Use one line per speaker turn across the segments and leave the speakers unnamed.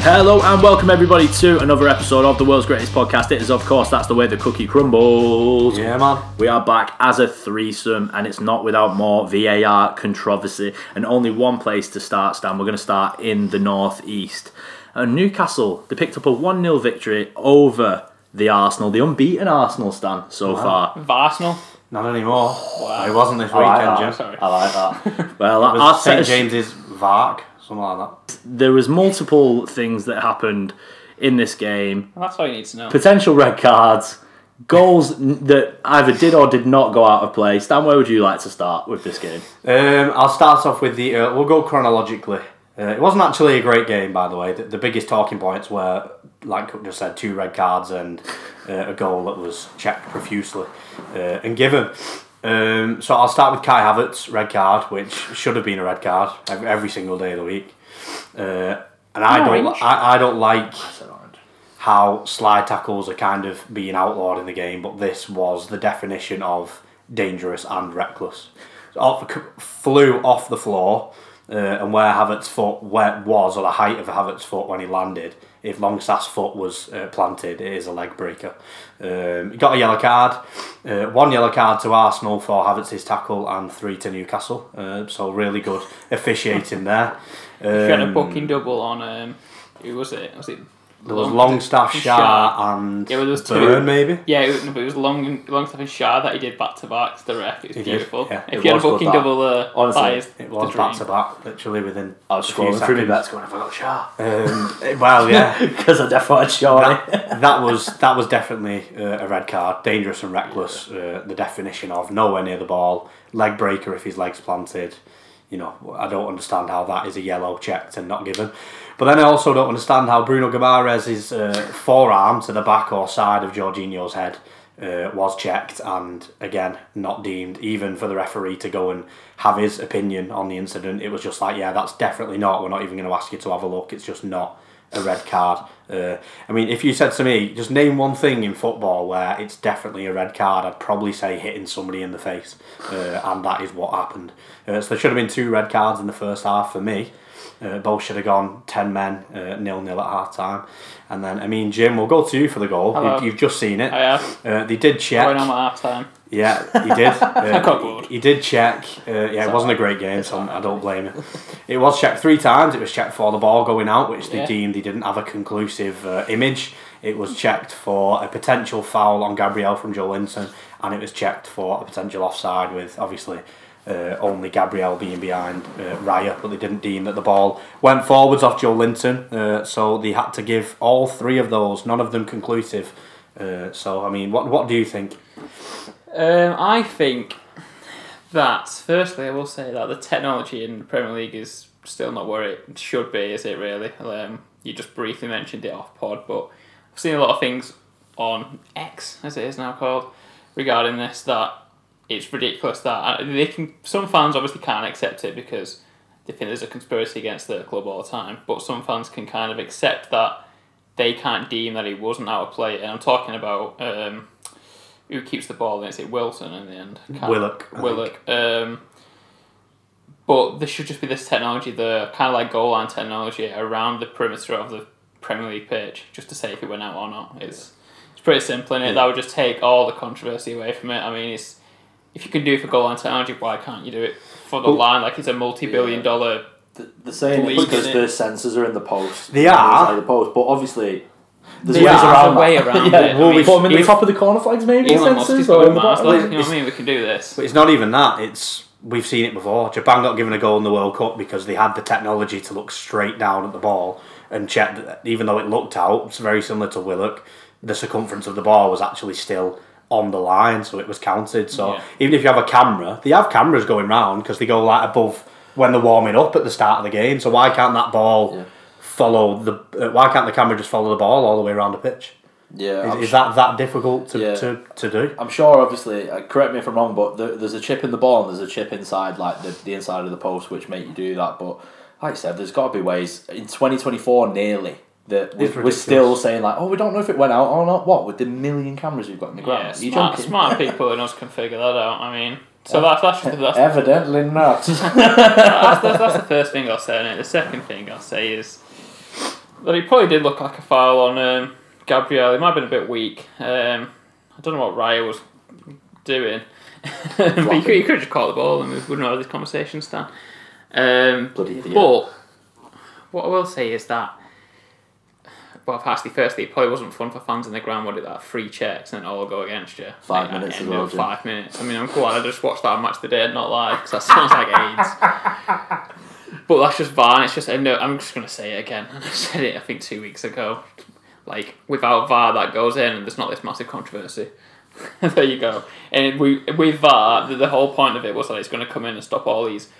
hello and welcome everybody to another episode of the world's greatest podcast. It is, of course, that's the way the cookie crumbles.
Yeah, man.
We are back as a threesome, and it's not without more VAR controversy and only one place to start, Stan. We're going to start in the northeast. And Newcastle, they picked up a 1 0 victory over the Arsenal, the unbeaten Arsenal, Stan, so far.
Of Arsenal.
Not anymore. It wasn't this
like
weekend,
that,
Jim.
sorry.
I like that.
Well,
It was St
Arteta's-
James's Vark, something like that.
there was multiple things that happened in this game.
And that's all you need to know.
Potential red cards, goals n- that either did or did not go out of play. Stan, where would you like to start with this game?
Um, I'll start off with the. Uh, we'll go chronologically. Uh, it wasn't actually a great game, by the way. The, the biggest talking points were, like Cook just said, two red cards and uh, a goal that was checked profusely uh, and given. Um, so I'll start with Kai Havertz's red card, which should have been a red card ev- every single day of the week. Uh, and I
Orange.
don't, I, I don't like how slide tackles are kind of being outlawed in the game, but this was the definition of dangerous and reckless. So off, flew off the floor, uh, and where Havertz's foot where was, or the height of Havertz's foot when he landed, if Longstaff's foot was uh, planted, it is a leg breaker. Um, he got a yellow card, uh, one yellow card to Arsenal for Havertz's tackle, and three to Newcastle. Uh, so really good officiating there.
She had a
Um,
booking double on um, who was it? Was it?
there was Longstaff, Shah, and
Yeah, well, there was two.
Byrne, maybe.
Yeah, it was, no, but it was long, long stuff in Shah that he did back to back to the ref. It was
He did,
beautiful.
yeah.
if
It
you had a
was good,
booking
that.
double, uh,
Honestly,
that is
It was
the dream.
back to back, literally within.
I was
a few
scrolling through my
seconds.
bets going, have I got Sharp?
Um, eh, well, yeah,
Because I definitely had Sharp.
that, that was that was definitely uh, a red card, dangerous and reckless. Uh, the definition of nowhere near the ball, leg breaker if his legs planted. You know, I don't understand how that is a yellow checked and not given. But then I also don't understand how Bruno Guimaraes' uh, forearm to the back or side of Jorginho's head uh, was checked and again not deemed even for the referee to go and have his opinion on the incident it was just like yeah that's definitely not we're not even going to ask you to have a look it's just not a red card uh, i mean if you said to me just name one thing in football where it's definitely a red card i'd probably say hitting somebody in the face uh, and that is what happened uh, so there should have been two red cards in the first half for me uh, both should have gone 10 men, uh, nil nil at half time. And then, I mean, Jim, we'll go to you for the goal.
Hello.
You, you've just seen it.
I have.
Uh, they did check.
Going on at half time.
Yeah, he did.
got
Uh,
bored.
he did check. Uh, yeah, it wasn't a great game, so I don't blame him. It was checked three times. It was checked for the ball going out, which they
Yeah.
deemed he didn't have a conclusive uh, image. It was checked for a potential foul on Gabriel from Joe Linton, and it was checked for a potential offside with obviously uh, only Gabriel being behind uh, Raya, but they didn't deem that the ball went forwards off Joe Linton, uh, so they had to give all three of those, none of them conclusive. Uh, so, I mean, what what do you think?
Um, I think that firstly, I will say that the technology in the Premier League is still not where it should be. Is it really? Um, you just briefly mentioned it off pod, but I've seen a lot of things on X, as it is now called, regarding this that it's ridiculous that and they can. Some fans obviously can't accept it because they think there's a conspiracy against their club all the time. But some fans can kind of accept that they can't deem that he wasn't out of play. And I'm talking about. Um, who keeps the ball and it's it Wilson in the end. Can't-
Willock, I
Willock. Um, but there should just be this technology, the kind of like goal line technology around the perimeter of the Premier League pitch, just to say if it went out or not. It's it's pretty simple, and it that would just take all the controversy away from it. I mean, it's if you can do it for goal line technology, why can't you do it for the line? Like it's a multi-billion
Yeah.
dollar
The saying
Please,
because
isn't
the
it?
sensors are in the post.
They
on the
are.
side of the post, but obviously there's
They
ways
are.
around
There's a way
that.
around it. I
Well,
mean,
we put them in the
if-
top of the corner flags, maybe
Elon Musk
sensors
is
or
going
in the
Mars.
back.
Like, you know what I mean? We can do this.
But it's not even that. It's we've seen it before. Japan got given a goal in the World Cup because they had the technology to look straight down at the ball and check. That, even though it looked out, it's very similar to Willock. The circumference of the ball was actually still on the line, so it was counted. So
Yeah.
even if you have a camera, they have cameras going round because they go like above when they're warming up at the start of the game. So why can't that ball
Yeah.
follow the? Uh, why can't the camera just follow the ball all the way around the pitch?
Yeah,
Is,
I'm
is that that difficult to,
Yeah.
to, to do?
I'm sure, obviously, uh, correct me if I'm wrong, but there, there's a chip in the ball and there's a chip inside, like the, the inside of the post, which make you do that. But like I said, there's got to be ways in 2024, nearly that we're, we're
ridiculous.
still saying like, oh, we don't know if it went out or not. What with the million cameras we've got in the ground?
Yeah,
Are you
smart,
joking?
smart people in us can figure that out. I mean, so that's that's just, that's
Evidently not.
that's, that's, that's the first thing I'll say on it. The second thing I'll say is But he probably did look like a foul on um, Gabriel. He might have been a bit weak. Um, I don't know what Raya was doing. but you could, you could just caught the ball and we wouldn't have had this conversation, Stan. Um,
Bloody idiot.
But what I will say is that, well, firstly, firstly, it probably wasn't fun for fans in the ground, would it? That three checks and it all go against you.
Five
I think
minutes
that
as
ended
well,
up
Jim.
Five minutes. I mean, I'm glad I just watched that on match today and not lie, 'cause that sounds like AIDS. But that's just VAR, and it's just, no, I'm just going to say it again. I said it, I think, two weeks ago. Like, without VAR, that goes in, and there's not this massive controversy. there you go. And we with VAR, the, the whole point of it was that it's going to come in and stop all these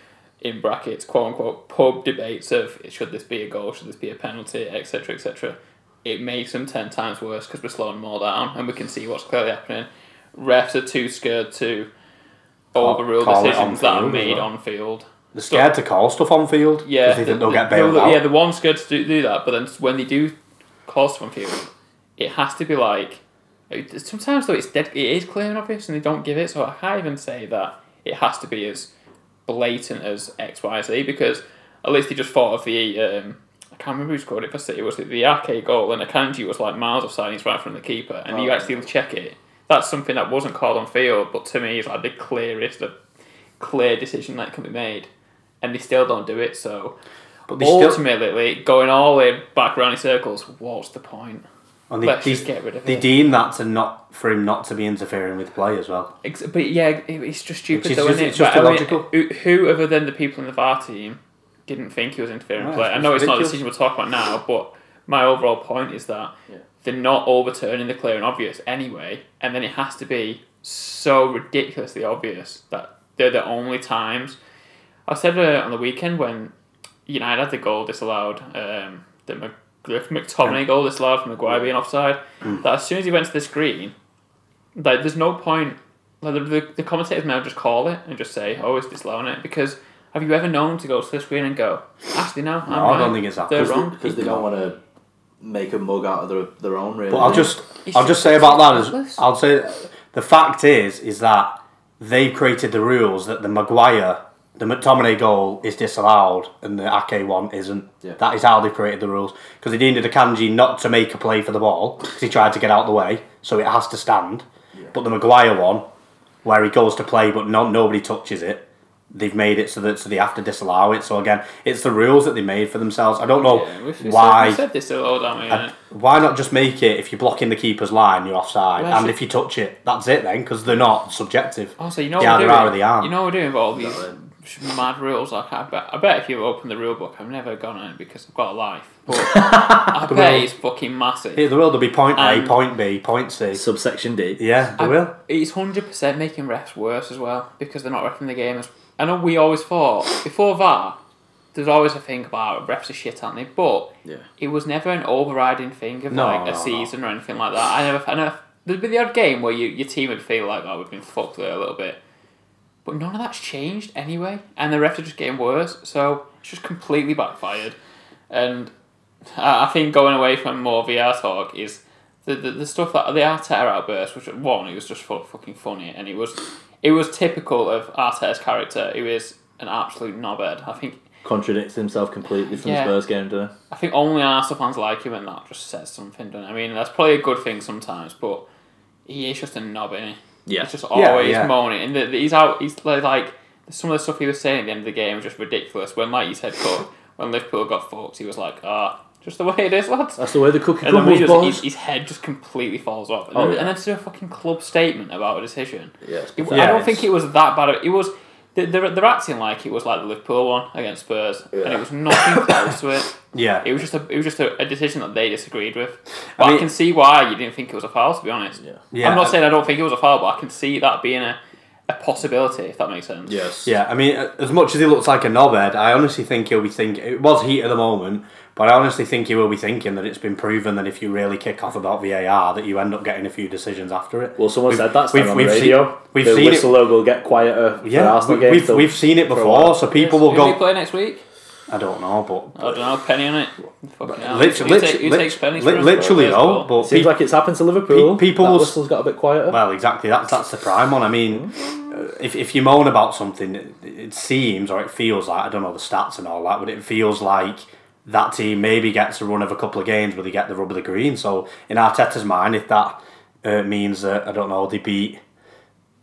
in brackets, quote unquote, pub debates of should this be a goal, should this be a penalty, etc., etc. It makes them ten times worse because we're slowing them all down, and we can see what's clearly happening. Refs are too scared to overrule
call it
decisions
on
that are
field as
made
well.
on field.
They're scared to call stuff on field. 'cause
Yeah,
they
the-
think they'll
the-
get
they'll-
bailed out.
Yeah, the one's good to do, do that, but then when they do cause from field, it has to be like it- sometimes though it's dead. It is clear and obvious, and they don't give it. So I can't even say that it has to be as blatant as X Y Z because at least they just thought of the um, I can't remember who scored it for City was it the Ake goal and Akanji was like miles offside. and He's right from the keeper, and you
Oh.
actually check it. That's something that wasn't called on field, but to me is like the clearest, the clear decision that can be made, and they still don't do it. So
But they still,
ultimately going all the way back round in circles. What's the point?
and they,
Let's
they,
just get rid of
they
it.
deem that to not for him not to be interfering with play as well.
Ex- But yeah, it- it's just stupid,
It's
though,
just-
isn't it?
it's just
But I mean,
illogical.
who, who other than the people in the VAR team didn't think he was interfering
No,
with play?
it's
I know it's not a
ridiculous.
decision we're talking about now, but my overall point is that
Yeah.
they're not overturning the clear and obvious anyway, and then it has to be so ridiculously obvious that they're the only times. I said uh, on the weekend when United had the goal disallowed, um, the Mc- McTominay goal disallowed from Maguire being offside,
Mm.
that as soon as he went to the screen, like there's no point. Like the, the, the commentators now just call it and just say, "Oh, it's disallowing it," because have you ever known to go to the screen and go, "Actually, no, I'm
No, I don't
right.
think it's that.
They're
Because
wrong."
Because they don't want to make a mug out of their, their own, really.
But I'll just
It's
I'll just
just-
say
it's
about
just
that is
reckless.
I'll say the fact is is that they've created the rules that the Maguire the McTominay goal is disallowed and the Ake one isn't.
Yeah.
That is how they created the rules because they needed a Kanji not to make a play for the ball because he tried to get out of the way, so it has to stand. But the Maguire one, where he goes to play but no, nobody touches it, they've made it so that so they have to disallow it. So again, it's the rules that they made for themselves. I don't know
Yeah, we've, we
"Oh, why.
Said, we said this a lot, haven't we?
And Why not just make it if you're blocking the keeper's line, you're offside,
Well,
and
actually-
if you touch it, that's it then, because they're not subjective.
Also, you know
They
what
either
we're
are
doing.
or they aren't.
You know what we're doing with all these
Exactly.
mad rules. Like I bet, I bet if you open the rule book, I've never gone on it because I've got a life. But I bet it's fucking massive.
Here, there will there'll be point A,
Um,
point B, point C.
Subsection D.
Yeah, there
I-
will.
It's hundred percent making refs worse as well because they're not refing the game. As I know, we always thought before VAR, there's always a thing about refs are shit, aren't they? But
Yeah.
it was never an overriding thing of
No,
like
no,
a
no.
season or anything like that. I never, I never. There'd be the odd game where you, your team would feel like, oh, we've been fucked there a little bit, but none of that's changed anyway, and the refs are just getting worse. So it's just completely backfired, and I, I think going away from more VR talk is the, the, the stuff that the Arteta outburst, which one, it was just fu- fucking funny, and it was it was typical of Arteta's character, who is an absolute knobhead. I think
Contradicts himself completely from
Yeah.
the Spurs game, doesn't
I think only Arsenal fans like him, and that just says something. Doesn't it? I mean, that's probably a good thing sometimes, but he is just a knob, isn't he?
he? Yeah.
He's just
Yeah,
always
yeah.
moaning, and the, the- he's out. He's like, like some of the stuff he was saying at the end of the game was just ridiculous. When, like you said, Cook, when Liverpool got fucked, he was like, "Ah, just the way it is, lads."
That's the way the cookie
And then when
crumbles,
he just, his,
boys.
his head just completely falls off, and,
Oh,
then,
yeah.
and then to do a fucking club statement about a decision.
Yeah. it's
It-
pathetic.
I
Yeah,
don't
it's-
think it was that bad. Of, it was they're, they're they're acting like it was like the Liverpool one against Spurs, and
Yeah.
it was nothing close to it.
Yeah.
It was just a it was just a, a decision that they disagreed with. But
I
I,
mean-
can see why you didn't think it was a foul. To be honest,
Yeah.
Yeah.
I'm not saying I don't think it was a foul, but I can see that being a, a possibility if that makes sense.
Yes.
Yeah, I mean, as much as he looks like a knobhead, I honestly think he'll be thinking. It was heat at the moment, but I honestly think he will be thinking that it's been proven that if you really kick off about VAR, that you end up getting a few decisions after it.
Well, someone
We've-
said that's
we've-
on
we've
the
seen-
radio.
we've
the
seen it-
whistle will get quieter for
Yeah,
Arsenal
we,
games.
we've,
so-
we've seen it
a while.
before, so people will
Who
go.
do we play next week?
I don't know, but
I don't know. Penny on it. Fucking hell.
Literally-
Who Oh, take- who
lit-
takes pennies
lit-
for us?
literally
First
though,
goal.
but
Seems
peop-
like it's happened to Liverpool.
pe- people
that
will s-
whistle's got a bit quieter.
well, exactly. That's that's the prime one. I mean,
Mm.
uh, if, if you moan about something, it, it seems or it feels like I don't know the stats and all that, but it feels like that team maybe gets a run of a couple of games where they get the rub of the green. So in Arteta's mind, if that uh, means that I don't know they beat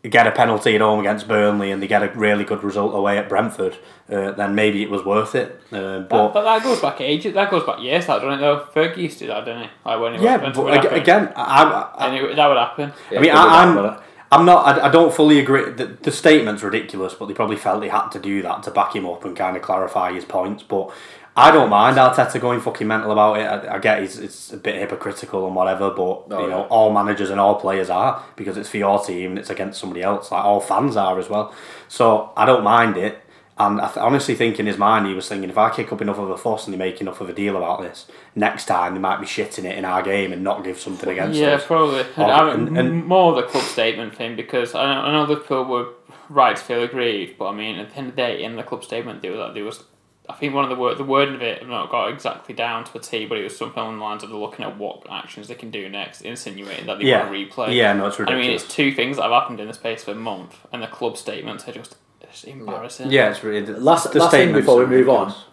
get a penalty at home against Burnley and they get a really good result away at Brentford, uh, then maybe it was worth it. Uh, but
But, but that goes back ages. That goes back years. That doesn't it though. Fergie used to do that, didn't he? Like when he
yeah,
went,
but ag- again, I, I,
and it, that would happen.
I mean,
Yeah, go
I,
back
I'm,
about it.
I'm not. I, I don't fully agree. The, the statement's ridiculous, but they probably felt they had to do that to back him up and kind of clarify his points. But I don't mind Arteta going fucking mental about it. I, I get he's it's a bit hypocritical and whatever, but
Oh,
you know,
yeah.
all managers and all players are because it's for your team and it's against somebody else. Like all fans are as well. So I don't mind it. And I th- honestly think in his mind he was thinking, if I kick up enough of a fuss and they make enough of a deal about this, next time they might be shitting it in our game and not give something against
Yeah,
us.
probably.
Oh,
And, I
and-
mean,
and-
more the club statement thing because I know, I know Liverpool were right to feel aggrieved, but I mean at the end of the day, in the club statement, there was that there was. I think one of the word the wording of it I've not got exactly down to a T, but it was something along the lines of they're looking at what actions they can do next, insinuating that they
Yeah,
want to replay.
yeah, no, it's
I mean,
ridiculous.
it's two things that have happened in the space of a month, and the club statements are just it's embarrassing.
Yeah, it's really the,
Last-
the
last thing
statements
before we
are
move on.
ridiculous.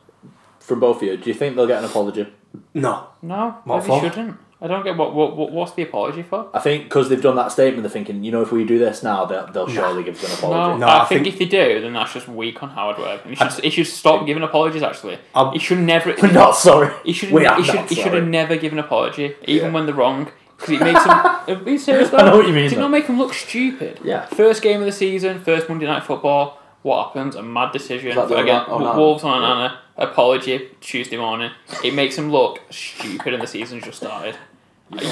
From both of you, do you think they'll get an apology?
No,
No,
What
maybe
for?
shouldn't. I don't get what, what what what's the apology for?
I think because they've done that statement, they're thinking, you know, if we do this now, they'll, they'll surely give us an
No,
apology.
No,
I,
I
think,
think-
if they do, then that's just weak on Howard Webb. He should, he should stop giving apologies. Actually,
I'll-
he should never.
We're not sorry.
He should.
we are
He should.
not
He should
sorry.
have never given an apology, even
Yeah.
when they're wrong, because it makes him. Are you serious, though?
I know what you mean,
Did
though.
not make him look stupid.
Yeah.
First game of the season, first Monday night football. What happens? A mad decision
Is that the Oh,
again.
Ona- Onana?
Wolves on Anna. Apology Tuesday morning. It makes him look stupid, and the season's just started.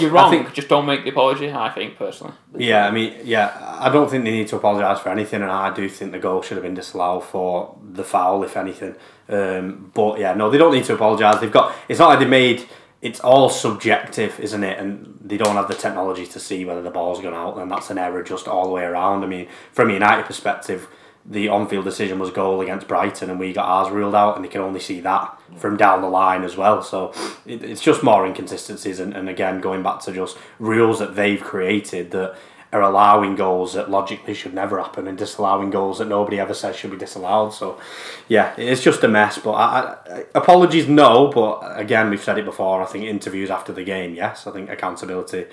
You're wrong.
think-
just don't make the apology. I think personally.
Yeah, I mean, yeah, I don't think they need to apologise for anything, and I do think the goal should have been disallowed for the foul, if anything. Um, but yeah, no, they don't need to apologise. They've got. It's not like they made. It's all subjective, isn't it? And they don't have the technology to see whether the ball's gone out, and that's an error just all the way around. I mean, from a United perspective, the on-field decision was goal against Brighton, and we got ours ruled out, and they can only see that from down the line as well. So it, it's just more inconsistencies, and, and again going back to just rules that they've created that are allowing goals that logically should never happen, and disallowing goals that nobody ever says should be disallowed. So yeah, it's just a mess. But I, I, apologies, no. But again, we've said it before. I think interviews after the game, yes. I think accountability.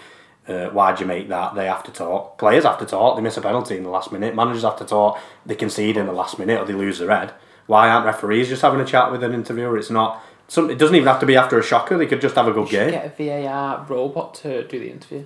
Uh, why'd you make that? They have to talk. Players have to talk. They miss a penalty in the last minute. Managers have to talk. They concede in the last minute or they lose their head. Why aren't referees just having a chat with an interviewer? It's not. Some, it doesn't even have to be after a shocker. They could just have a good game.
Get a VAR robot to do the interview.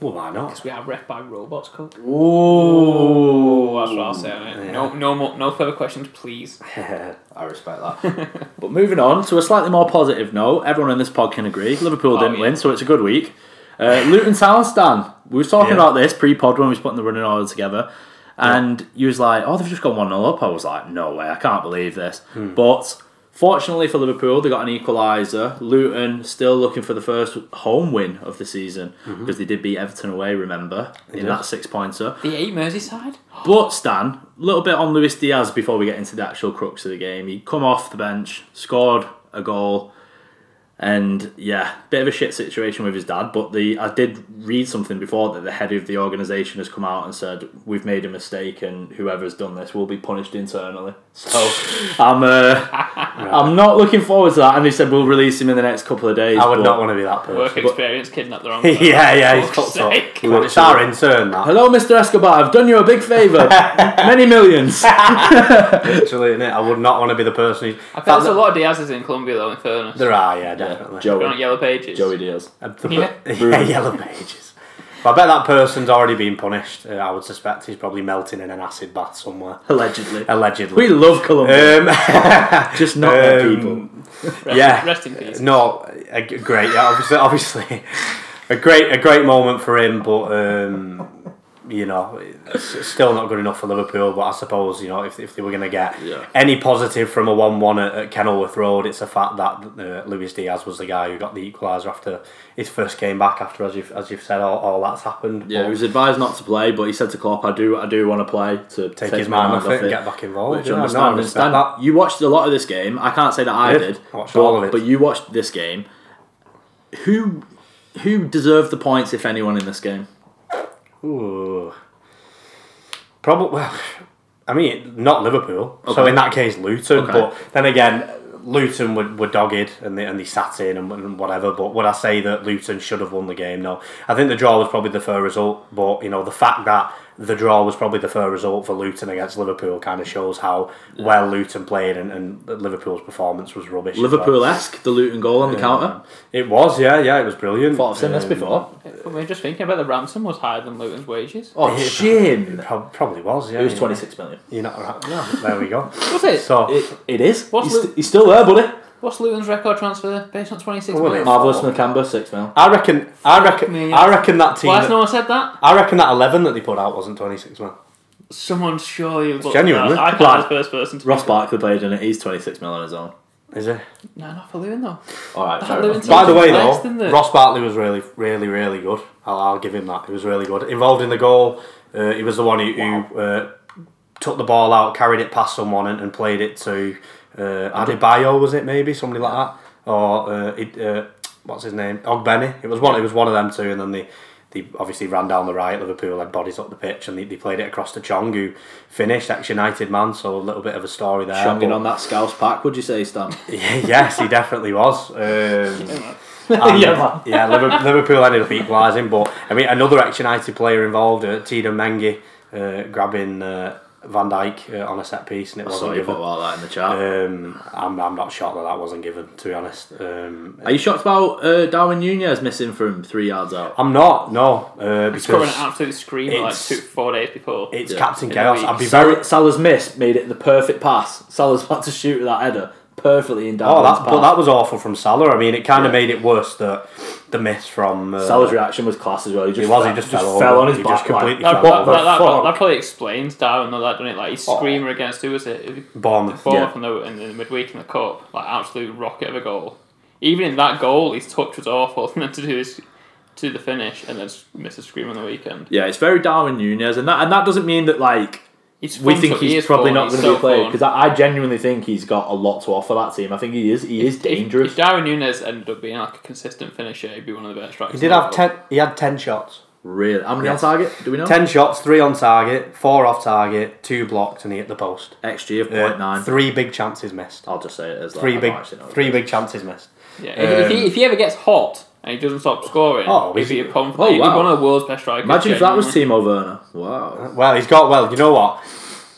Well, why not?
Because we are ref by robots, coach.
Ooh.
That's what I'll say. on it. No, no more, no further questions, please.
I respect that. but moving on to a slightly more positive note, everyone in this pod can agree Liverpool
Oh,
didn't
yeah.
win, so it's a good week. Uh, Luton Town stand. We were talking
Yeah.
about this pre-pod when we was putting the running order together, and you was like, "Oh, they've just gone one 0 up." I was like, "No way, I can't believe this."
Hmm.
But fortunately for Liverpool, they got an equaliser. Luton still looking for the first home win of the season because they did beat Everton away. Remember in
Mm-hmm. did.
that six-pointer.
The eight Merseyside.
But Stan, a little bit on Luis Diaz before we get into the actual crux of the game. He come off the bench, scored a goal, and yeah, bit of a shit situation with his dad. But the I did read something before that the head of the organisation has come out and said we've made a mistake and whoever's done this will be punished internally. So I'm uh, I'm not looking forward to that. And they said we'll release him in the next couple of days.
I would
but-
not want to be that
Work
person.
experience, kidnapped the wrong. person.
yeah, yeah, he's
Fuck's
fucked up.
sake.
Well, It's our intern, that.
Hello, Mr. Escobar. I've done you a big favour. Many millions.
Literally, innit? I would not want to be the person who's.
I felt there's a lot of Diaz's in Colombia though. In fairness,
There are, yeah, definitely.
They're on
Joey.
yellow pages.
Joey Diaz.
Uh, the-
Yeah.
yeah, yellow pages. But I bet that person's already been punished. Uh, I would suspect he's probably melting in an acid bath somewhere.
Allegedly. We
Allegedly.
love Colombia,
Um,
just not their
um,
people.
Rest,
yeah.
Rest in peace.
No, a g- great. Yeah, obviously, obviously, a great, a great moment for him. But um, you know, it's still not good enough for Liverpool. But I suppose you know, if, if they were going to get
Yeah.
any positive from a one-one at, at Kenilworth Road, it's a fact that uh, Luis Diaz was the guy who got the equaliser after his first game back. After as you've as you've said, all, all that's happened.
Yeah, he
But
was advised not to play, but he said to Klopp, "I do, I do want to play to
take his mind off it and get back involved.
Which
Yeah, no, I
understand,
respect
understand.
that.
You watched a lot of this game. I can't say that I
did.
did.
I watched
but-
all of it.
But you watched this game. Who who deserved the points, if anyone, in this game?
Ooh. Probably. Well, I mean, not Liverpool. So in that case, Luton.
Okay.
But then again, Luton were, were dogged and they and they sat in and, and whatever. But would I say that Luton should have won the game? No, I think the draw was probably the fair result. But you know the fact that the draw was probably the fair result for Luton against Liverpool kind of shows how well Luton played and, and that Liverpool's performance was rubbish. as well.
Liverpool esque, the Luton goal on the counter.
It was, yeah, yeah, it was brilliant.
Thought I've seen this
Um,
before.
We were just thinking about the ransom was higher than Luton's wages.
Oh, shame.
prob- probably was, yeah.
It was
yeah.
26 million.
You're not right. No, there we go.
Was it?
Oh, So,
It, it is.
What's
He's,
Lu-
he's still there, buddy.
What's Luton's record transfer based on 26
Oh, well,
million?
Marvellous Nakamba, 6 mil.
I reckon, I reckon,
Me, yeah.
I reckon that team.
Why has no one said that?
I reckon that eleven that they put out wasn't twenty six man.
Someone surely looked
genuine,
at
isn't
that.
it?
I can't be the first person to
Ross Barkley played in it. He's 26 mil on his own.
Is it?
No, not for Luton though.
All right,
That
fair
Luton
enough.
team
By the
was
way,
nice,
though,
didn't they?
Ross Bartley was really, really, really good. I'll, I'll give him that. He was really good. Involved in the goal, uh, he was the one who, who uh, took the ball out, carried it past someone, and, and played it to uh, Adebayo. Was it maybe somebody like that, or uh, it, uh, what's his name, Ogbenny? It was one. It was one of them two, and then they. They obviously ran down the right. Liverpool had bodies up the pitch, and they, they played it across to Chong, who finished ex-United man. So a little bit of a story there.
Chonging
but-
on that Scouse pack, would you say, Stan?
yes, he definitely was. Um, and-
Yeah, man.
yeah, Liver- Liverpool ended up equalising, but I mean, another ex United player involved, uh, Tito Mengi, uh, grabbing uh, Van Dijk uh, on a set piece, and it
I saw
wasn't
you put
given.
all that in the chat.
Um, I'm, I'm not shocked that that wasn't given, to be honest. Um,
Are you shocked about uh, Darwin Nunez missing from three yards out?
I'm not, no, uh,
It's covering an
because
absolute screamer like
it's-
two, four days before.
it's
Yeah.
Captain
In a
Chaos.
week.
I'd be very.
Sal- Salah's miss made it the perfect pass. Salah's about to shoot with that header perfectly in
Oh,
Darwin's
that,
path.
but that was awful from Salah. I mean, it kind of made it worse that the miss from. Uh,
Salah's reaction was class as well. He just,
He was,
fell,
he just fell
fell
over.
on his
He
back.
just completely
like,
that,
fell What
that, that,
over.
the
that-
fuck?
that probably explains Darwin though that done it like his screamer against who was it? It was
Bournemouth.
Bournemouth in, the, in the midweek in the cup, like absolute rocket of a goal. Even in that goal, his touch was awful. And then to do his to the finish and then miss a scream on the weekend.
yeah, it's very Darwin Nunez, and that and that doesn't mean that like
He's
we
fun
think
to- he
he's
is
probably
fun,
not
he's
going to be
so
played
fun.
because I, I genuinely think he's got a lot to offer that team. I think he is he is dangerous.
If, if Darwin Nunes ended up being like a consistent finisher, he'd be one of the best strikers.
He did
in the
have
world.
ten. He had ten shots.
Really, how many
Yes.
on target? Do we know?
10 shots, 3 on target, 4 off target, 2 blocked, and he hit the post.
XG of
Uh,
0.9.
Three big chances missed.
I'll just say it as like, I
Three
don't
big,
actually know.
three big chances missed.
Yeah. If, if,
Um,
he, if he ever gets hot and he doesn't stop scoring,
Oh,
he'd be
he's-
a problem.
oh,
he'd be
wow.
one of the world's best strikers.
Imagine if that was
genuinely.
Timo Werner. Wow.
Well, he's got well. You know what?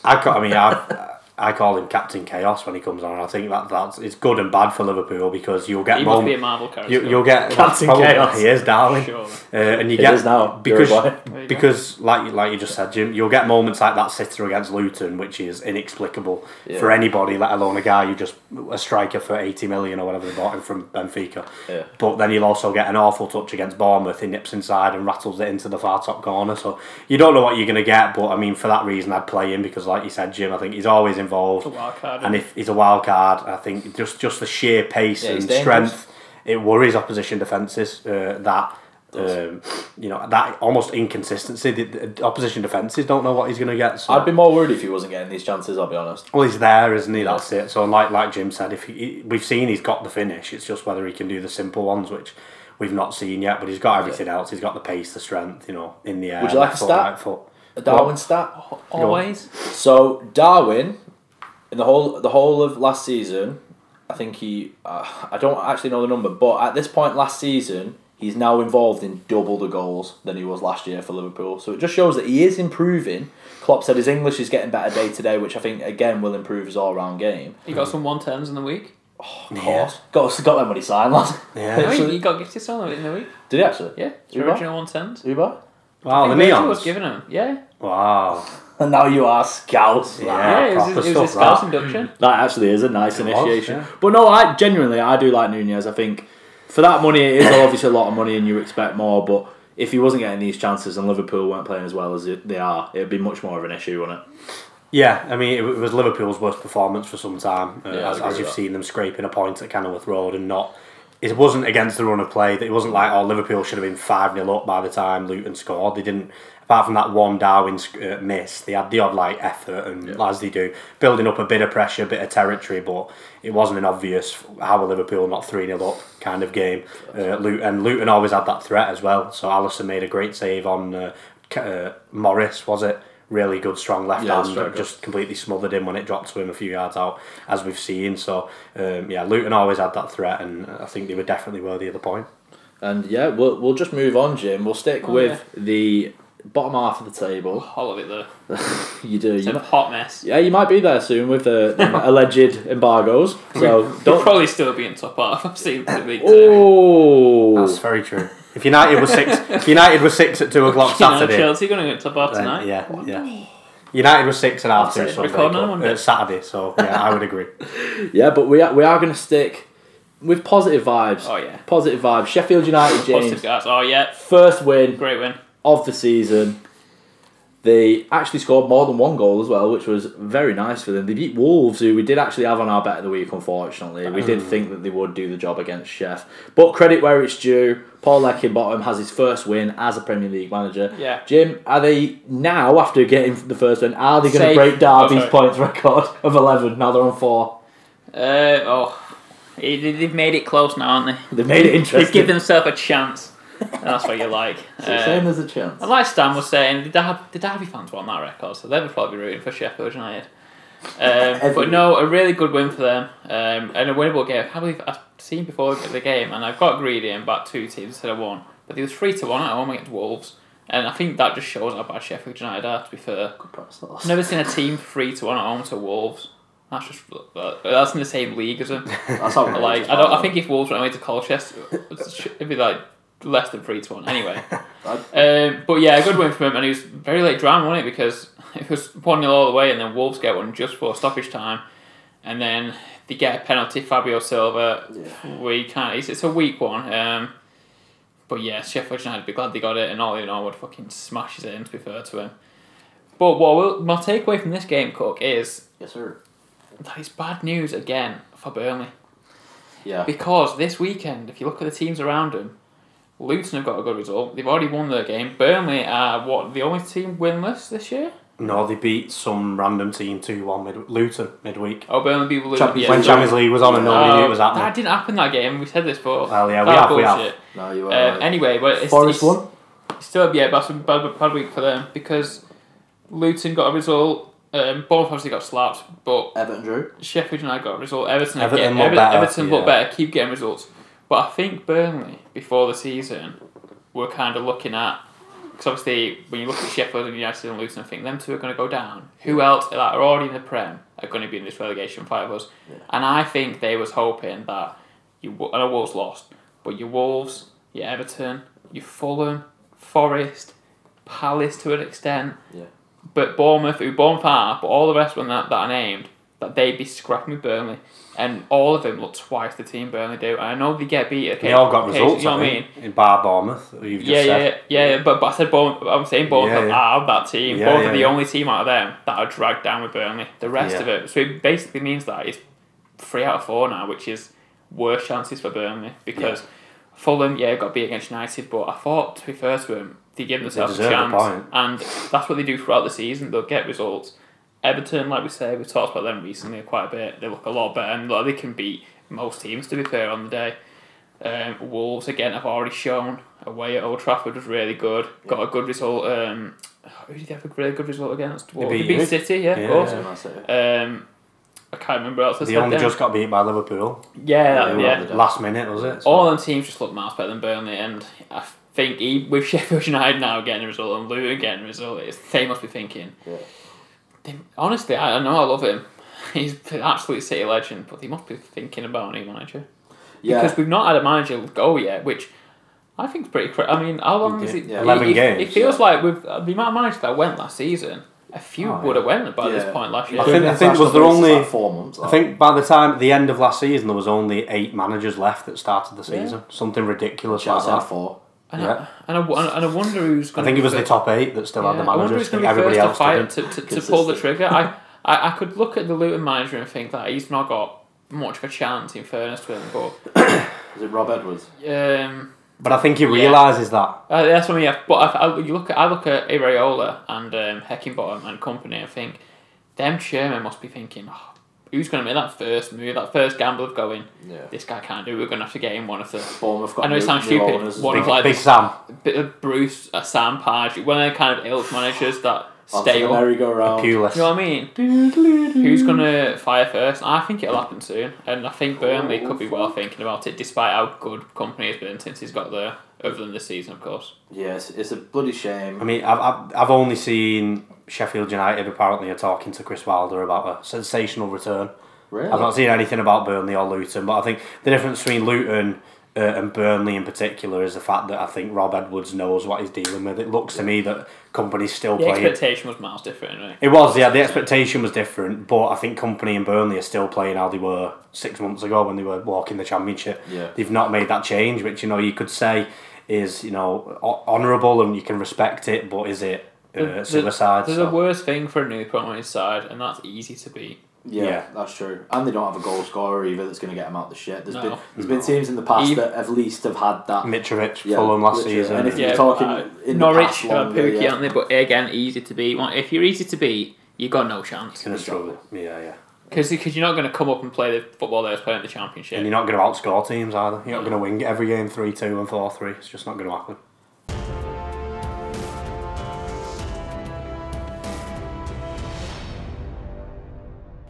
I, ca- I mean, I, I call him Captain Chaos when he comes on. I think that that's it's good and bad for Liverpool because you'll get
He must be a
mom,
Marvel character.
you, you'll get that's
Captain
probably-
Chaos.
He is, darling.
surely.
Uh, and you
It
get
is now,
because
Uruguay.
you go.
because like you- like you just said, Jim, you'll get moments like that sitter against Luton, which is inexplicable for anybody, let alone a guy who just a striker for eighty million or whatever they bought him from Benfica.
Yeah.
But then you'll also get an awful touch against Bournemouth. He nips inside and rattles it into the far top corner. So you don't know what you're going to get. But I mean, for that reason, I'd play him because, like you said, Jim, I think he's always involved.
A wild card.
And if he's a wild card, I think just just the sheer pace
Yeah,
and
he's dangerous.
strength, it worries opposition defences uh, that. Um, you know that almost inconsistency. The, the opposition defences don't know what he's going to get. So.
I'd be more worried if he wasn't getting these chances, I'll be honest.
well, he's there, isn't he? That's it. So, like like Jim said, if he, he- we've seen he's got the finish, it's just whether he can do the simple ones, which we've not seen yet. But he's got everything else. He's got the pace, the strength. You know, in the air.
Would you like
left
a
foot,
stat?
Right foot.
A Darwin stat.
Always.
So Darwin, in the whole the whole of last season, I think he uh, I don't actually know the number, but at this point last season, he's now involved in double the goals than he was last year for Liverpool. So it just shows that he is improving. Klopp said his English is getting better day to day, which I think again will improve his all round game.
He got some one tens in the week.
Of course, got got them when he signed last.
Yeah.
No,
Actually-
he, he got gifted some of it in the week.
Did he actually?
Yeah, it's
Who bought?
original one tens.
Uber.
Wow, Oh, the
was
neons.
giving him. Yeah,
Wow.
And now you are scouts. lad.
Yeah.
yeah. It was,
proper
his- it was his
stuff,
scouts induction.
That actually is a nice
was,
initiation.
yeah.
But no, I genuinely I do like Nunez. I think for that money it is obviously a lot of money and you expect more, but if he wasn't getting these chances and Liverpool weren't playing as well as it- they are, it'd be much more of an issue, wouldn't it?
Yeah, I mean, it w- it was Liverpool's worst performance for some time, uh,
Yeah, I'd
as,
agree
as you've
with that.
seen them scraping a point at Kenilworth Road and not. It wasn't against the run of play. It wasn't like, oh, Liverpool should have been 5 0 up by the time Luton scored. They didn't, apart from that one Darwin sc- uh, miss, they had the odd like effort, and as they do, building up a bit of pressure, a bit of territory, but it wasn't an obvious f- how are Liverpool not 3 0 up kind of game. Uh, Luton, and Luton always had that threat as well. So Allison made a great save on uh, K- uh, Morris, was it? really good, strong left
Yeah, it's
hand,
very
but
good.
just completely smothered him when it dropped to him a few yards out, as we've seen. So, um, yeah, Luton always had that threat, and I think they were definitely worthy of the point.
And yeah, we'll we'll just move on, Jim. We'll stick
Oh,
with the bottom half of the table.
All of it though.
You do.
It's
You
a hot mess.
Yeah, you might be there soon with the, the alleged embargoes. So
Don't
don't.
probably still be in top half. I've seen the league today.
Oh,
That's very true. If United was six, if United was six at two o'clock
You know,
Saturday,
Chelsea going to get top half
then
tonight.
yeah, yeah. United was six and half
That's
two
it.
Sunday,
Record
but,
on Monday.
uh, Saturday. So yeah, I would agree.
yeah, but we are, we are going to stick with positive vibes.
Oh yeah.
Positive vibes. Sheffield United,
Positive
James.
guys. Oh yeah.
First win
Great win.
of the season. They actually scored more than one goal as well, which was very nice for them. They beat Wolves, who we did actually have on our bet of the week, unfortunately. We
Mm.
did think that they would do the job against Chef. But credit where it's due, Paul Leckinbottom has his first win as a Premier League manager.
Yeah.
Jim, are they now, after getting the first win, are they going to
Safe.
break Derby's
Okay.
points record of 11? Now they're on four.
Uh, oh, They- they- they've made it close now, aren't they?
They've made it
They've
interesting.
given themselves a chance. That's what you like.
So
Uh,
saying there's a chance.
And like Stan was saying, the Derby, the Derby fans want that record, so they would probably be rooting for Sheffield United. Um, but no, a really good win for them, um, and a winnable game. I can't believe I've seen before the game, and I've got greedy and back two teams instead of one. But it was three to one at home against Wolves, and I think that just shows how bad Sheffield United are. To be fair, I've never seen a team three to one at home to Wolves. That's just that- that's in the same league as them.
That's how
Like I don't. I think if Wolves went away to Colchester, it'd be like less than three to one. Anyway, um, but yeah, a good win from him, and he was very late drama, wasn't it? Because it was one 0 all the way, and then Wolves get one just for stoppage time, and then they get a penalty. Fabio Silva, we can't. It's, it's a weak one. Um, but yeah, Sheffield United would be glad they got it, and Ollie Norwood fucking smashes it in. To be fair to him. But what will my takeaway from this game, Cook, is
Yes, sir.
that it's bad news again for Burnley.
Yeah.
Because this weekend, if you look at the teams around them, Luton have got a good result. They've already won their game. Burnley are what the only team winless this year.
No, they beat some random team two one mid Luton midweek
Oh, Burnley beat Luton.
Champions
yeah.
when Champions League was on and nobody
Oh,
knew it was
That
happening.
didn't happen that game. We said this before.
Well, yeah, we
That
have, we have. Uh,
bullshit.
No, you are.
Um, anyway, but it's,
Forest
it's
one.
still yeah, that's a bad, bad week for them because Luton got a result. Um, Bournemouth obviously got slapped, but
Everton drew.
Sheffield United got a result. Everton,
Everton
again,
look
Ever-
better,
Everton look
yeah.
better. Keep getting results. But I think Burnley before the season were kind of looking at because obviously when you look at Sheffield and United and Luton, I think them two are going to go down. Who else that are already in the Prem are going to be in this relegation fight with us? And I think they was hoping that you I know Wolves lost, but your Wolves, your Everton, your Fulham, Forest, Palace to an extent.
Yeah.
But Bournemouth, who Bournemouth are, but all the rest of them that, that I named, that they'd be scrapping with Burnley. And all of them look twice the team Burnley do. And I know they get beat. Okay,
They all got
okay,
results.
You know
I
what I mean?
think, in Bar Bournemouth. who You've just
Yeah,
said.
yeah, yeah, yeah, but, but I said both. I'm saying both
Yeah,
of them
yeah.
are that team.
Yeah,
both
yeah,
are the
yeah.
only team out of them that are dragged down with Burnley. The rest
Yeah.
of it, so it basically means that it's three out of four now, which is worse chances for Burnley because Fulham, yeah, got beat against United, but I thought to be fair to them, they give themselves a
deserve a
chance,
point.
and that's what they do throughout the season. They'll get results. Everton, like we say, we've talked about them recently quite a bit. They look a lot better, and like, they can beat most teams. To be fair, on the day. Um, Wolves again have already shown away at Old Trafford was really good. Got a good result. Um, who did they have a really good result against? Wolves. They
beat
beat,
you.
City, yeah,
Yeah.
of course.
Yeah.
Um, I can't remember else. I
They
said
only
then.
just got beat by Liverpool.
yeah, that-
They were
yeah.
Last minute was it? So-
All them teams just look miles better than Burnley, and I think he, with Sheffield United now getting a result and Luton getting a result, it's, they must be thinking.
Yeah.
They, honestly, I, I know I love him. He's an absolute City legend, but they must be thinking about a new manager
Yeah.
because we've not had a manager go yet, which I think is pretty. Cr- I mean, how long is it?
Yeah.
11
it,
games.
It feels like with uh, the amount of managers that went last season, a few
Oh,
would have went by
Yeah.
this point last year.
I think- I think it was their
That's
only-
like four months.
Oh.
I think by the time the end of last season, there was only eight managers left that started the
Yeah.
season. Something ridiculous like
Chelsea had
that.
four.
and,
yeah.
I, and, I, and I- and I wonder who's
I
going.
think it was the top eight that still
Yeah,
had the
I wonder
managers.
who's going
think
to be
everybody
first to
else
fight
didn't.
to, to, to pull the
Consistent.
trigger. I, I I could look at the Luton manager and think that he's not got much of a chance. In fairness to him, but
Is it Rob Edwards?
um,
But I think he
Yeah.
realises that.
Uh, that's what I mean. yeah. But I, I, you look at I look at Iriola and um, Heckingbottom and company. and think them chairman must be thinking, "Oh, who's going to make that first move, that first gamble of going?
Yeah.
This guy can't do. it, We're going to have to get him one of the
Bournemouth got
I know it
new-
sounds
new
stupid.
owners as
One
well.
Big,
of like
Big
this-
Sam.
bit of Bruce, a Sam Page, one of the kind of ilk managers that Stay up.
merry-go-round.
Pulis.
You know what I mean? Who's gonna fire first? I think it'll happen soon, and I think Burnley could be well thinking about it, despite how good company has been since he's got there, other than this season, of course.
Yes, it's a bloody shame.
I mean, I've, I've, I've only seen Sheffield United apparently are talking to Chris Wilder about a sensational return.
Really?
I've not seen anything about Burnley or Luton, but I think the difference between Luton uh, and Burnley in particular is the fact that I think Rob Edwards knows what he's dealing with. It looks to me that company's still
The
playing.
expectation was miles different, anyway.
It was, yeah. The expectation was different, but I think Company and Burnley are still playing how they were six months ago when they were walking the Championship.
Yeah.
They've not made that change, which you know you could say is you know ho- honourable and you can respect it, but is it uh,
The- the-
suicide?
There's
So-
a worse thing for a new promoted side, and that's easy to beat.
Yeah,
Yeah.
that's true. And they don't have a goal scorer either that's going to get them out the shit. There's
No.
been there's been teams in the past
Ev-
that at least have had that.
Mitrovic,
Yeah,
Fulham last
literally.
season.
And if
Yeah,
you're talking
uh,
in the
Norwich
past
have had
longer,
Pookie,
yeah.
aren't they? But again, easy to beat. Well, If you're easy to beat, you got no chance
Gonna struggle. Yeah, yeah.
because you're not going to come up and play the football they was playing at the championship.
And you're not going to outscore teams either. You're not going to win every game 3 2 and 4 3. It's just not going to happen.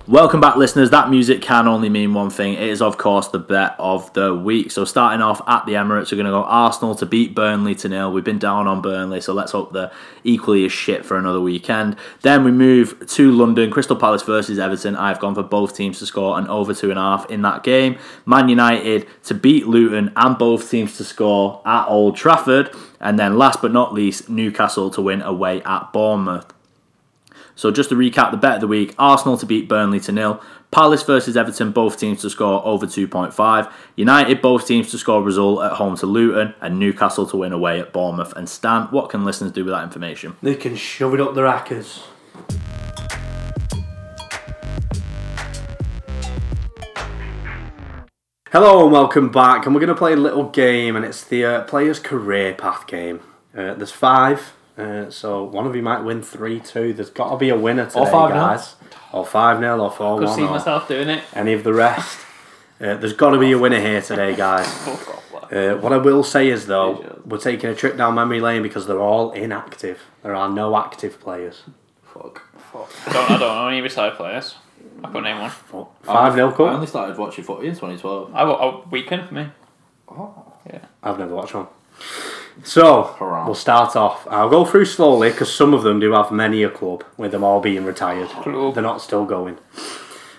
Welcome back, listeners. That music can only mean one thing. It is, of course, the bet of the week. So, starting off at the Emirates, we're going to go Arsenal to beat Burnley to nil. We've been down on Burnley, so let's hope they're equally as shit for another weekend. Then we move to London, Crystal Palace versus Everton. I've gone for both teams to score an over two and a half in that game. Man United to beat Luton and both teams to score at Old Trafford. And then, last but not least, Newcastle to win away at Bournemouth. So just to recap the bet of the week, Arsenal to beat Burnley to nil, Palace versus Everton, both teams to score over 2.5, United, both teams to score result at home to Luton, and Newcastle to win away at Bournemouth. And Stan, what can listeners do with that information?
They can shove it up their hackers. Hello and welcome back. And we're going to play a little game, and it's the uh, player's career path game. Uh, there's five, uh, so one of you might win 3 2. There's got to be a winner today,
5-0.
guys. Or 5 0, or 4
could see
1, or
myself doing it.
any of the rest. Uh, there's got to be a winner here today, guys.
Fuck off, lad.
Uh, what I will say is though,
Visuals.
we're taking a trip down memory lane because they're all inactive. There are no active players.
Fuck.
I don't, I don't know any retired players. I couldn't name one.
Five 0
I
cup.
only started watching footy in 2012.
I, I weekend for me.
I've never watched one. So
Hurrah.
we'll start off. I'll go through slowly because some of them do have many a club with them all being retired.
Club.
They're not still going.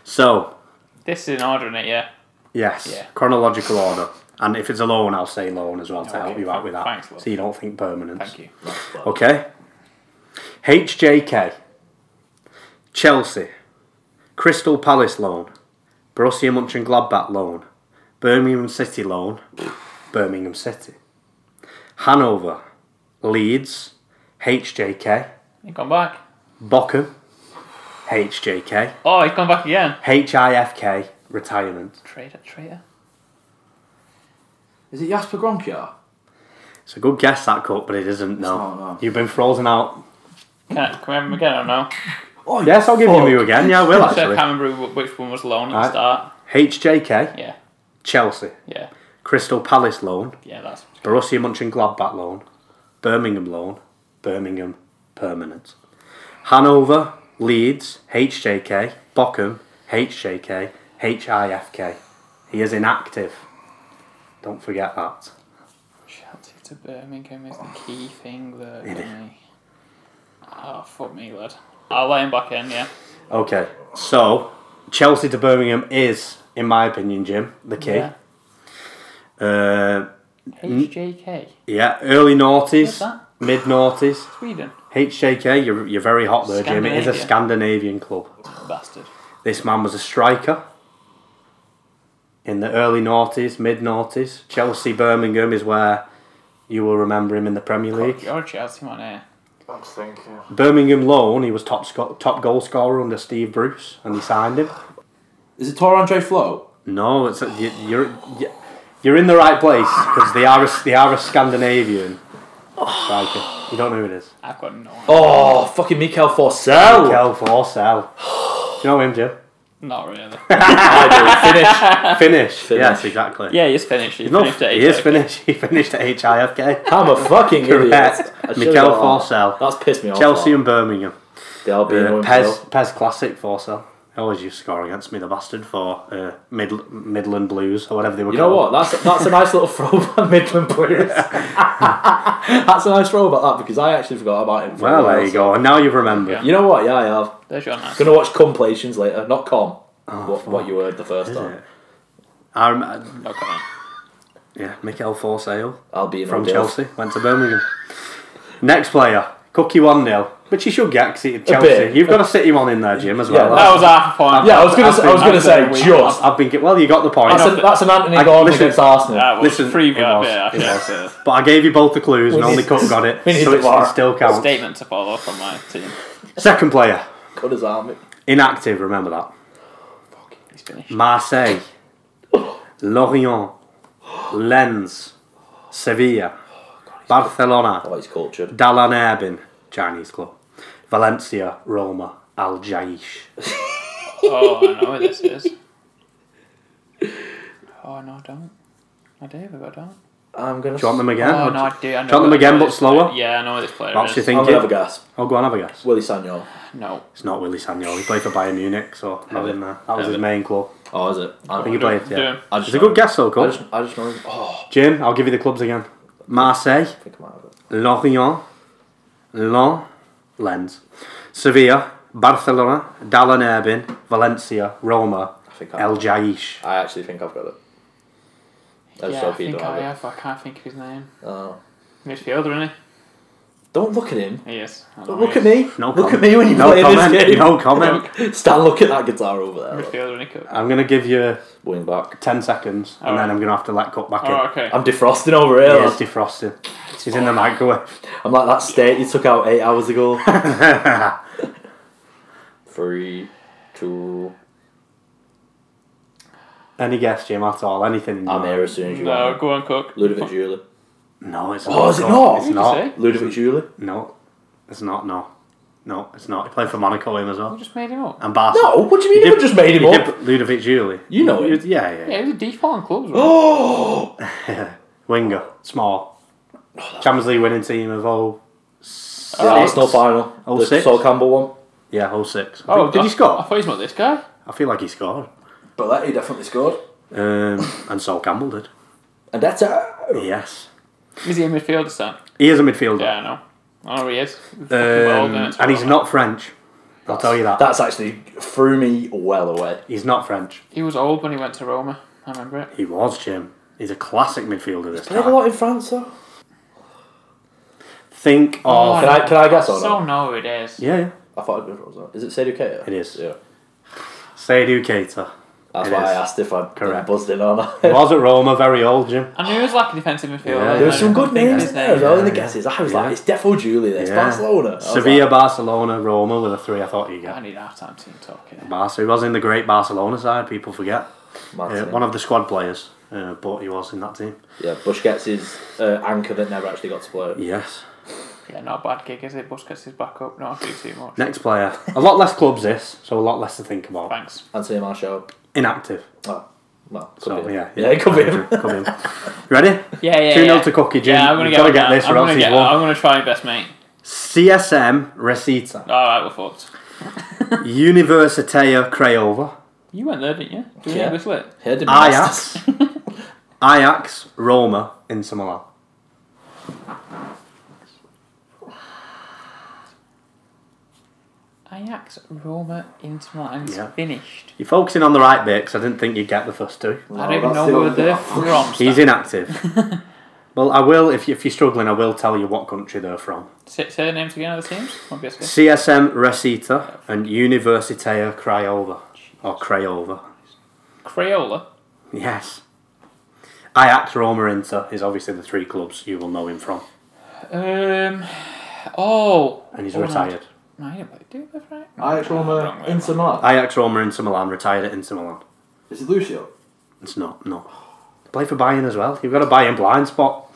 So
This is an order in it, yeah.
yes,
Yeah.
chronological order. And if it's a loan, I'll say loan as well to
Okay,
help you out with that,
thanks, love.
so you don't think permanent.
Thank you.
Okay. HJK. Chelsea. Crystal Palace loan. Borussia Mönchengladbach loan. Birmingham City loan. Birmingham City. Hanover. Leeds. HJK.
He's gone back.
Bochum. HJK.
Oh, he's gone back again.
HIFK. Retirement.
Traitor, traitor.
Is it Jasper Gronkjaer?
It's a good guess that cup, but it isn't. No,
not, no.
you've been frozen out.
Can, I, can we have him again or no?
Oh
Yes, I'll give
fuck.
you you again. Yeah, I will
So I
actually.
can't remember wh- which one was loan at the
Alright.
start.
HJK.
Yeah,
Chelsea.
yeah,
Crystal Palace loan.
yeah, that's.
Borussia Mönchengladbach loan, Birmingham loan, Birmingham permanent. Hanover, Leeds, HJK, Bochum, HJK, HIFK. He is inactive. Don't forget that.
Chelsea to Birmingham is the
Oh.
key thing there.
It is.
isn't it? Oh, fuck me, lad. I'll let him back in, yeah.
Okay, so Chelsea to Birmingham is, in my opinion, Jim, the key.
Yeah.
Uh,
HJK,
yeah early
What's
noughties,
that?
mid noughties.
Sweden.
HJK, you're, you're very hot there, Jim. It is a
Scandinavia.
Scandinavian club.
Bastard.
This man was a striker in the early noughties, mid noughties. Chelsea, Birmingham is where you will remember him in the Premier League.
You're a Chelsea man, eh?
I'm thinking.
Birmingham loan, he was top sco- top goal scorer under Steve Bruce, and he signed him.
Is it Torandre Flo?
No, it's a, you, you're you- you're in the right place because they are a, they are a Scandinavian striker. You don't know who it is.
I've got no idea.
Oh, fucking Mikel Forsell.
Kel Forsell. Do you know him, Jim?
Not really.
I
Finnish. Yes,
Finnish.
exactly.
yeah, he's finished. He's
No,
finished at
he is
HJK.
Finnish. He finished at HIFK.
do. I'm a fucking idiot.
Correct.
I should've
Mikel
got that.
Forsell.
That's pissed me off.
Chelsea
that.
and Birmingham.
The Albino
Uh,
and
Pez,
Phil.
Pez Classic for sell. Always used to score against me, the bastard, for uh, Mid- Midland Blues or whatever they were
You know
called.
what? That's that's a nice little throwback, Midland Blues. that's a nice throwback, that because I actually forgot about him. for a
Well,
while,
there you
so-
go. And now you've remembered.
Yeah.
You know what? Yeah, I have.
There's your answer.
Gonna watch Complations later, not Com. what, what you heard the first
Oh, Is
time.
it? I rem-
No comment.
yeah, Mikel Forsale
I'll be in
from
Oldfield.
Chelsea went to Birmingham. Next player, Cookie 1 0, which you should get because it's Chelsea.
bit.
You've got a City one in there, Jim, as
Yeah,
well.
That was half a point.
Yeah, I was gonna. I was gonna say
Absolutely.
just.
I've been. Well, you got the point.
That's, a, that's an Anthony
I-
Gordon
listen-
against Arsenal.
That was
Listen,
free
it
vote,
was,
yeah,
it
yeah.
was. But I gave you both the clues, and only Cook got it,
we need
so
the
it's,
VAR.
it still counts.
Statement to follow from my team.
Second player,
Good as army.
inactive. Remember that.
He's finished.
Marseille, Lorient, Lens, Sevilla, Barcelona,
Oh, he's cultured.
Dalan Erbin, Chinese club, Valencia, Roma, Al Jaish.
Oh, I know who this is. Oh, no, I don't. I do, but I don't.
I'm gonna.
Do you want them again?
Oh, no, I do. I know
Do you want them
who
again, but
this
slower?
player- Yeah, I know who this player
What's you
is.
I'm
thinking?
gonna have a gas.
Oh, go on, have a guess.
Willie Sagnol.
No.
It's not Willie Sagnol. He played for Bayern Munich, so not in there. That was his
Evan.
main club.
Oh, is it? I,
I think he played.
Do
Yeah.
him.
I just
It's a good guess, though,
I
coach.
just, I just know. Oh,
Jim, I'll give you the clubs again. Marseille,
I think I might have it.
Lorient, Lens, Lens, Sevilla, Barcelona, Dallin Erbin, Valencia, Roma,
I think I.
El Jaish.
I actually think I've got it. I just
yeah, I
hope you
think
don't
I
have
have. I can't think of his name.
it. Oh.
Midfielder, isn't
Don't look at him.
he? He is. I know
Don't
he
look at
is.
me.
No
look
comment.
at me when you
No
play
comment.
this game.
No comment.
Stan, look at that guitar over there. look.
Midfielder, isn't he? Cook?
I'm going to give you
Wing back.
10 seconds and then
Alright.
I'm going to have to let Cup back in.
Oh, okay.
I'm defrosting over here.
He is
lads.
defrosting. He's in the microwave.
I'm like that state you took out eight hours ago. Three, two.
Any guess, Jim, at all? Anything? in your
I'm
mind?
here as soon as you
No,
want.
go on, Cook.
Ludovic Julie.
No, it's
Oh, is it not?
It's
Who'd you
not.
say?
Ludovic Julie.
No, it's not. No, no, it's not. He played for Monaco him as well.
You just made him up.
And Barca.
No, what do you mean?
He
You just made him
he
up.
did- Ludovic Julie.
You know him.
Yeah, yeah.
Yeah,
yeah.
he was a default in clubs. wasn't
Oh,
Winger, small. Champions League winning team of oh
the Arsenal final.
Oh,
the
six.
Sol Campbell one.
yeah, oh six.
he?
Oh, did
I-
he
I
score?
thought he's not this guy.
I feel like he scored.
But he definitely scored.
Um, and Sol Campbell did.
And that's it.
Yes,
Is he a midfielder, Stan?
he is a midfielder.
Yeah, I know. I know who he is. Fucking well
Um,
done, it's
and he's
well
not French. I'll tell you that.
That's actually threw me well away.
He's not French.
He was old when he went to Roma. I remember it.
He was Jim. He's a classic midfielder. This
They have a
guy.
lot in France though.
Think of
Oh,
Oh, Can I can I guess or
So
not?
know who it is.
yeah, yeah.
I thought it was. Is it Sadio Keita?
It is.
Yeah.
Seydou Keita.
That's
It
why
is.
I asked if I
Correct.
buzzed in or not.
He was at Roma, very old Jim.
I knew he was like a defensive midfielder.
Yeah.
There were some good names in there as well in the
yeah.
guesses. I was
Yeah.
like, it's Defo Julie, there. it's
Yeah.
Barcelona. I was
Sevilla,
like,
Barcelona, Roma were the three I thought you'd
I
get.
need half-time team talk here.
Barca. He was in the great Barcelona side, people forget.
mad
Uh,
team.
one of the squad players, uh, but he was in that team.
Yeah, Busquets is uh, anchor that never actually got to play.
Yes.
Yeah, not a bad gig, is it? Busquets is back up. Not do too much.
Next player. A lot less clubs this, so a lot less to think about.
Thanks.
Anthony Martial.
Inactive.
Oh, well, could
So
be.
yeah,
yeah, it could be. him.
Come in. Ready?
Yeah, yeah,
2
yeah.
0 to Cookie Jim.
Yeah, I'm gonna
You've got to
go
get
down.
this or
I'm
else
gonna
he's
get,
won.
I'm gonna try my best, mate.
CSM Recita.
All right, we're fucked.
Universitea Craiova.
You went there, didn't you? Do we
Yeah.
know this lit?
Here did my masters.
Ajax. Ajax, Roma, Inter Milan.
Ajax, Roma, Inter Milan. It's
Yeah.
finished.
You're focusing on the right bit because I didn't think you'd get the first two.
I don't even
that's
know
the
where
only-
they're from.
He's
Stan.
inactive. well, I will, if, you, if you're struggling, I will tell you what country they're from.
Say, say the names again of the teams. Won't be as good.
CSM Recita and Universitea Craiova. Or Craiova.
Crayola.
Yes. Ajax, Roma, Inter is obviously the three clubs you will know him from.
Um. Oh.
And he's
Oh, no.
retired.
No, he didn't play. Did he play for Ajax?
Ajax
Wrong
Roma
way,
Inter Milan.
Ajax, Roma, Inter Milan, retired at Inter Milan.
Is it Lucio?
It's not, no. Play for Bayern as well. You've got a Bayern blind spot.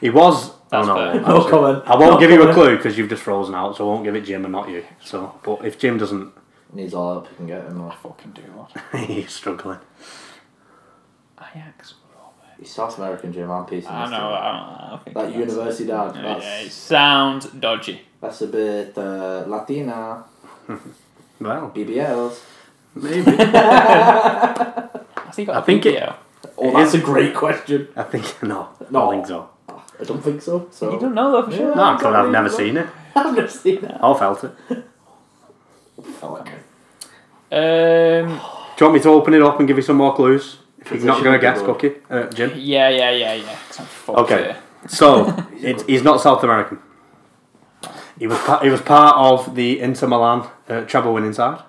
He was.
That's
oh, no.
fair.
actually.
No comment.
I won't
No
give you a
comment.
clue because you've just frozen out, so I won't give it Jim and not you. So, but if Jim doesn't,
Needs all help you can get him.
I fucking do what?
he's struggling.
Ajax. Roma.
He's South American, Jim. I'm piecing
I
this
know.
together.
I don't know. I
That
think
university dad.
Yeah, yeah,
That's,
it sounds dodgy.
that's a bit uh, Latina.
Well,
BBLs.
maybe.
Has he got
I
a
think it-
PPO?
Oh,
It
that's
is-
a great question.
I think no.
No.
I think so.
I don't think so. So
You don't know though for sure.
No, because I've never seen it
I've never seen that.
or felt it. Do
Oh, okay.
Um,
you want me to open it up and give you some more clues? If you're not
Position
going
of
to
the
guess,
board.
Cookie, uh, Jim.
yeah, yeah, yeah, yeah. 'cause I'm fucked
Okay.
here.
So it, he's not South American. He was pa- he was part of the Inter Milan uh, treble winning side,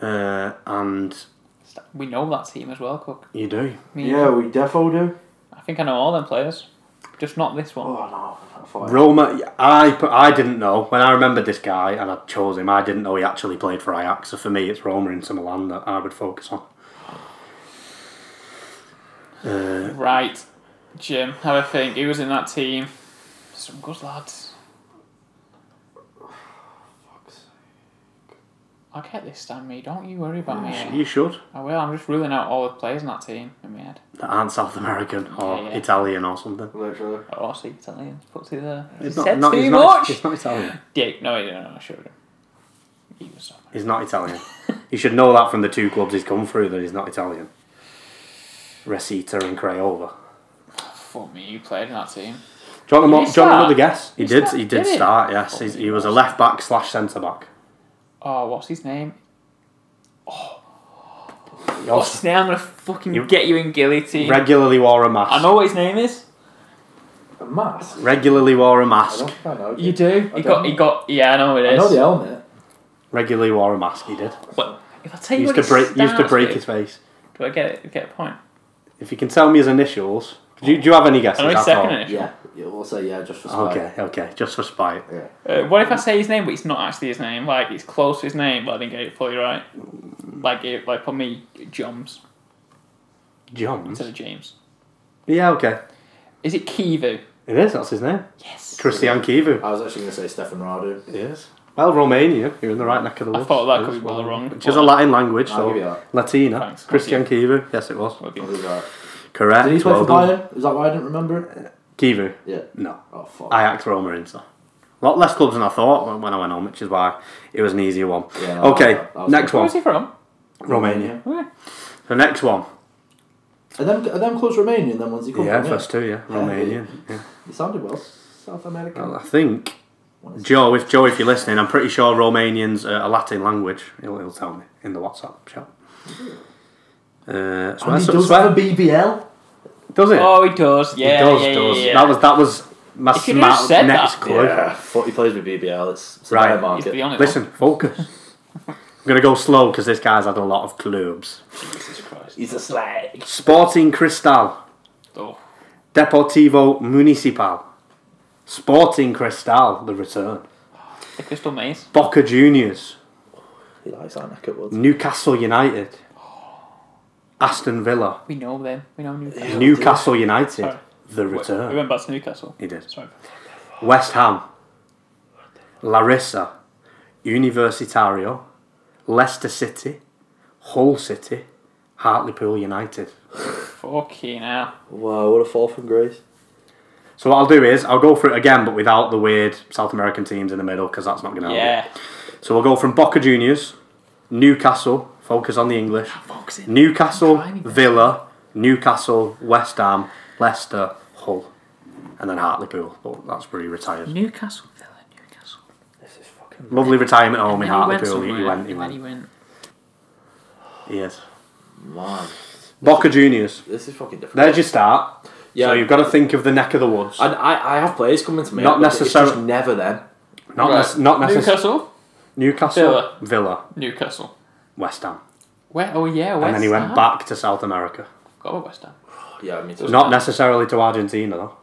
uh, and
We know that team as well, Cook.
you do.
I mean,
Yeah, we defo do.
I think I know all them players, just not this one.
Oh no, I thought I-
Roma, I put- I didn't know when I remembered this guy and I chose him. I didn't know he actually played for Ajax. So for me, it's Roma and Inter Milan that I would focus on. Uh,
Right, Jim. Have a think. Who was in that team? Some good lads. I'll get this, Stan. Me, don't you worry about me.
you should.
I will. I'm just ruling out all the players in that team in my head.
That aren't South American or
Yeah, yeah.
Italian or something.
Literally.
Oh, I see Italian. Put it there.
It's
said
not,
too
he's
much.
Not, it's not Italian.
Yeah, no, no, no, no, sure. He was so
He's not Italian. you should know that from the two clubs he's come through that he's not Italian. Recita and Craiova.
Fuck me, you played in that team.
Do you want, a mo-
Did he
do you want
start?
another guess? He
He
did.
start-
He did
did he?
start. Yes, He's- he was a left back slash centre back.
Oh, what's his name?
He
What's
also
his name? I'm gonna fucking
Oh. You-
get you in guillotine.
regularly wore a mask.
I know what his name is.
A mask.
Regularly wore a
I
mask.
don't think I know.
You do.
I
He got.
don't.
He got. Yeah, I know who it
I
is.
know the helmet.
Regularly wore a mask. He did.
If I tell you
Used
what
to
it
break. Used to
starts
break
with,
his face.
Do I get get a point?
If you can tell me his initials. Do you, do you have any
I
guesses?
know his
at
second
all?
initial.
Yeah. yeah. We'll say yeah, just for spite.
Okay. Okay. Just for spite.
Yeah.
Uh, what if I say his name, but it's not actually his name? Like it's close to his name, but I didn't get it fully right. Like it, like for me, Joms
John.
instead of James.
Yeah. Okay.
Is it Kivu?
It is. That's his name.
Yes.
Christian Kivu.
I was actually gonna say Stefan Radu.
Yes. Well, Romania, you're in the right neck of the
I
woods.
thought that could
Yes,
be well wrong.
Which is a Latin language,
I'll give you
so
that.
Latina.
Thanks,
Christian Kivu, yes it was.
Would be-
I'll give you that.
Correct.
Did he play
well
for
done.
Bayern? Is that why I didn't remember it?
Kivu?
Yeah.
No.
Oh fuck.
Ajax, Roma, Inter. A lot less clubs than I thought when- when I went on, which is why it was an easier one.
Yeah, no,
okay,
that was
next
good.
Where
one.
was he from?
Romania.
Where?
The next one.
Are them are them close Romanian then once you come
Yeah,
from,
first two, yeah. Romanian. Yeah.
It sounded well. South America.
Well, I think,
What is-
Joe, if Joe, if you're listening, I'm pretty sure Romanian's uh, a Latin language. He'll, he'll tell me in the WhatsApp chat. Uh,
And
swear,
he
so-
does
swear-
have a BBL.
does it?
Oh, he does.
He
Yeah,
does,
yeah,
does.
yeah, yeah.
That was that was my
If you'd have
smart
said
next
that-
clue.
Thought he plays with BBL. It's, it's
Right.
a bear
He's the
market.
only
Listen, focus. I'm gonna go slow because this guy's had a lot of clubs.
one. Jesus Christ.
He's a slag.
Sporting Cristal,
Oh,
Deportivo Municipal, Sporting Cristal, the return,
the Crystal Maze.
Boca Juniors,
He likes that neck of woods.
Newcastle United, Aston Villa,
We know them. We know Newcastle.
Newcastle United,
Sorry.
the
We
return.
went back to Newcastle.
He did.
Sorry.
West Ham, Larissa, Universitario, Leicester City, Hull City, Hartlepool United.
Fucking hell.
Wow, what a fall from grace.
So what I'll do is I'll go through it again, but without the weird South American teams in the middle because that's not going to help.
Yeah.
So we'll go from Boca Juniors, Newcastle. Focus on the English.
Boxing.
Newcastle,
Tiny bit.
Villa, Newcastle, West Ham, Leicester, Hull, and then Hartlepool. But that's where he retired.
Newcastle Villa, Newcastle.
This is fucking.
Lovely retirement home in
And then
Hartlepool. He
somewhere,
went. He
and
went.
then went.
He is.
Man,
Boca Juniors.
this is fucking different.
There's your start.
Yeah.
So you've got to think of the neck of the woods.
And I, I have players coming to me.
Not
but it's just
necessarily-
never then.
not
Right.
nec- not necessarily
Newcastle.
Newcastle,
Villa.
Villa,
Newcastle.
West Ham,
Where? Oh yeah, West
and then he went
Ham.
back to South America.
Got about West Ham.
Yeah, I mean, it's
Not necessarily to Argentina though.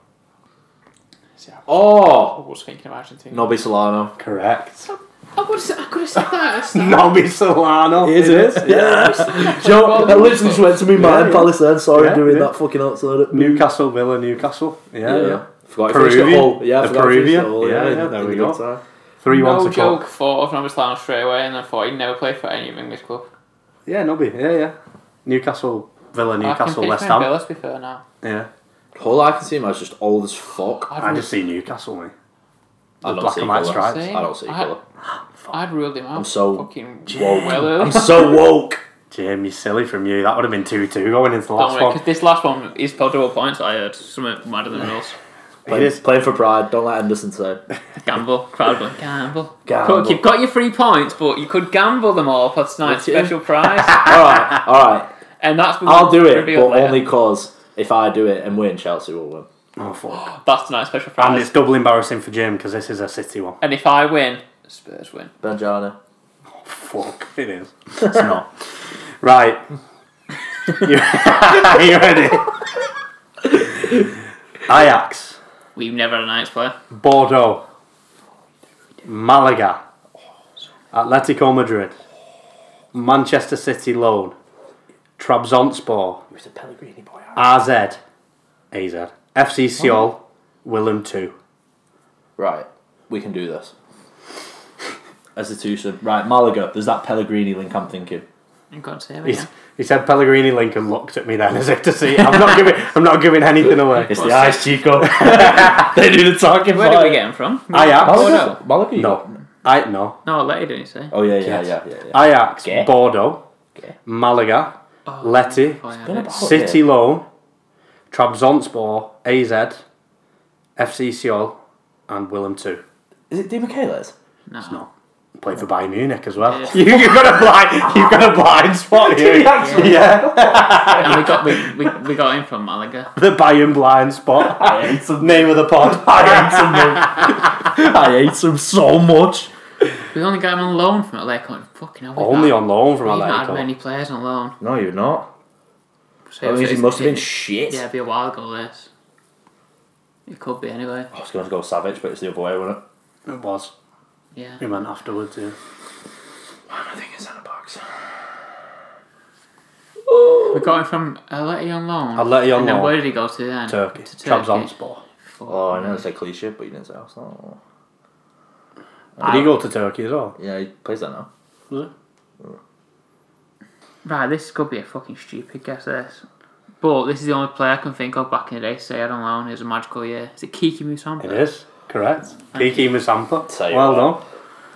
See, I
Oh,
was thinking of Argentina.
Nobby Solano.
Correct.
I could have. I could have said that. at the start.
Nobby Solano.
Yeah. Joe, I literally just went to me mind
yeah.
Palace then. Sorry,
Yeah,
doing
yeah.
that fucking outside. It.
Newcastle, Villa, Newcastle. Yeah, yeah.
Forgot I finished it
Peruvian.
all. Yeah, I
The
forgot I finished it
Peruvian.
all.
Yeah,
in-
yeah, there
in
we
the
go.
good time.
Three one
No
to Cork.
joke. Thought of Nobby Solano straight away, and I thought he'd never play for any of English club.
Yeah, Nobby. Yeah, yeah. Newcastle, Villa,
I can
Newcastle,
picture
West
him
Ham.
Villa, to be fair now.
Yeah.
All I can see him as just old as fuck.
I just see Newcastle, mate.
I
The
don't
black
see
and white
colour.
stripes.
I don't see colour.
I'd ruled him out.
I'm so
fucking
woke.
well
I'm
early.
so woke.
Jim, you silly from you. That would have been 2 2 going into the
Don't
last
worry, because
one.
this last one is probably double points. I heard something madder than us.
It
Playing,
is.
playing for pride. Don't let Henderson say.
Gamble, crowd going gamble.
Gamble.
Cook, you've got your three points, but you could gamble them all for tonight's
Would you?
special prize,
all right, all right.
and that's what
I'll
we'll
do it,
reveal
but
later.
only cause if I do it and win, Chelsea will win.
Oh, fuck.
that's tonight's special
And
prize.
it's double embarrassing for Jim because this is a City one.
And if I win, Spurs win.
Benjana.
Fuck, it is. It's not. Right. you, are you ready? Ajax,
We've never had a Knights player.
Bordeaux, Malaga, Atletico Madrid, Manchester City loan, Trabzonspor,
He was a Pellegrini boy.
RZ, AZ, FC Seoul, Willem 2.
Right, we can do this. As the two should. Right, Malaga. There's that Pellegrini link I'm thinking.
I'm going to say
He's, he said Pellegrini Lincoln looked at me then as if to see. I'm not giving. I'm not giving anything away.
It's the eyes, Chico. they do the talking.
Where
for
did we
it.
get him from?
Ajax.
Malaga. Malaga. you got-
No, I no.
No, Letty didn't he say?
Oh yeah, yeah,
Yes.
yeah, yeah. yeah.
Ajax,
Okay.
Bordeaux,
Okay.
Malaga,
Oh,
Leti,
oh, yeah,
Been
it's-
about it.
City Loan, Trabzonspor, AZ, FC Seoul, and Willem 2.
Is it Di Michaelis?
no.
No. Played for Bayern Munich as well.
Yeah.
You, you've got a blind, you've got a blind spot here. yeah,
and we got we, we, we got him from Malaga.
the Bayern blind spot. Name of the pod.
I hate him. I hate him so much.
We only got him on loan from Atletico. Fucking hell, we've
Only
not-
on loan from
We've not had
Atletico.
many players on loan.
No, you're not.
So
That means he
it's-
must have been
it-
shit.
Yeah, it'd be a while ago this. It could be anyway.
I was going to go Savage, but Oh, it's the other way, wasn't it?
It was.
Yeah.
He meant afterwards, yeah.
I think it's in a box.
We got him from Atleti on loan.
Atleti on
and then
loan.
where did he go to then?
Turkey.
To Turkey.
Trabzonspor.
Oh, I know it's a cliche, but you didn't say Arsenal.
Did he go to Turkey as well?
Yeah, he plays that now.
Was it?
Right, this could be a fucking stupid guess this. But this is the only player I can think of back in the day to say I don't loan is a magical year. Is it Kiki Musambo?
It is, correct. Kiki Musampa.
Tell you
well
what.
done.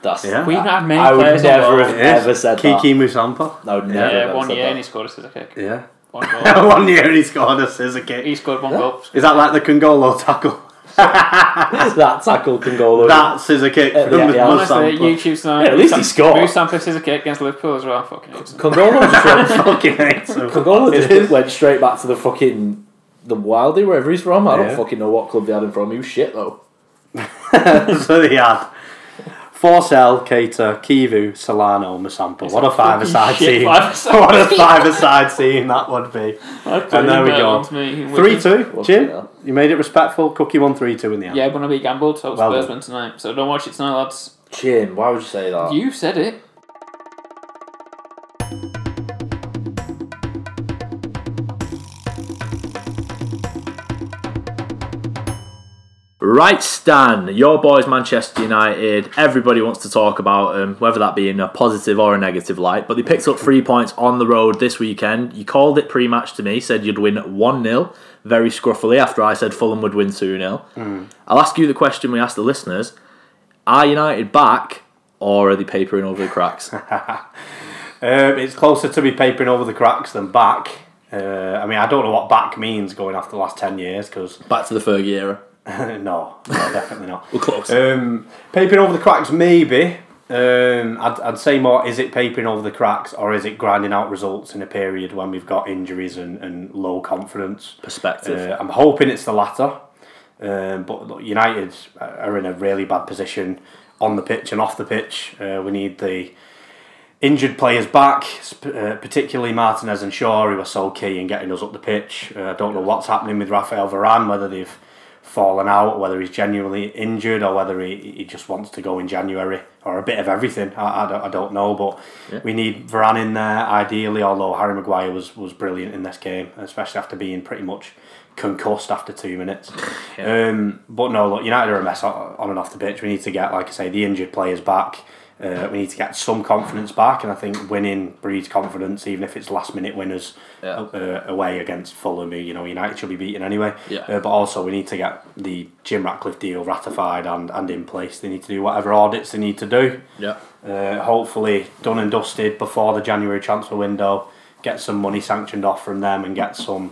That's
Yeah.
We've not had many
I would
players
never
on loan.
have- Ever said
Kiki Musampa.
I would never
Yeah,
have
one
said
year
that.
and he scored a scissor kick.
Yeah.
One goal.
One year he scored a scissor
he
kick.
scored one
Yeah.
goal.
Is that like the Congolo tackle?
that tackle can go low.
That scissor kick
Uh, Yeah,
from the
yeah.
Honestly,
Musampa.
YouTube tonight.
Yeah, at least he scored.
Musambo scissor kick against Liverpool as well. Fucking awesome.
Congolo just, went,
Fucking hate him.
Congolo
It
just
is.
went straight back to the fucking the Wildy, wherever he's from. I
Yeah.
don't fucking know what club they had him from. He was shit though.
so they had Forsell, Cater, Kivu, Solano, Musampa. What a five-a-side
Shit,
team.
five aside
What a
team.
five-a-side team that would be. And there we go. Three-two.
Well, yeah.
Jim, you made it respectful. Cookie won three-two in the end.
Yeah, gonna be gambled. So
Well
Spurs
done.
win tonight. So don't watch it tonight, lads.
Jim, why would you say that?
You said it.
Right, Stan, your boys Manchester United. Everybody wants to talk about them, whether that be in a positive or a negative light. But they picked up three points on the road this weekend. You called it pre match to me, said you'd win 1 0, very scruffily, after I said Fulham would win 2 0. I'll ask you the question we asked the listeners Are United back, or are they papering over the cracks?
Um, it's closer to be papering over the cracks than back. Uh, I mean, I don't know what back means going after the last 10 years because
back to the Fergie era.
no, no, definitely not.
We're close.
Um, papering over the cracks, maybe. Um, I'd, I'd say more is it papering over the cracks or is it grinding out results in a period when we've got injuries and, and low confidence?
Perspective.
Uh, I'm hoping it's the latter. Um, but look, United are in a really bad position on the pitch and off the pitch. Uh, we need the injured players back, sp- uh, particularly Martinez and Shaw, who are so key in getting us up the pitch. Uh, I don't know what's happening with Rafael Varane, whether they've fallen out, whether he's genuinely injured, or whether he, he just wants to go in January, or a bit of everything. I, I, don't, I don't know, but we need Varane in there ideally, although Harry Maguire was, was brilliant in this game, especially after being pretty much concussed after two minutes. Um, but no, look, United are a mess on on and off the pitch. We need to get, like I say, the injured players back Uh, we need to get some confidence back, and I think winning breeds confidence, even if it's last minute winners
Yeah.
uh, away against Fulham, who you know United should be beating anyway.
Yeah.
Uh, but also, we need to get the Jim Ratcliffe deal ratified and, and in place. They need to do whatever audits they need to do.
Yeah.
Uh, hopefully, done and dusted before the January transfer window. Get some money sanctioned off from them and get some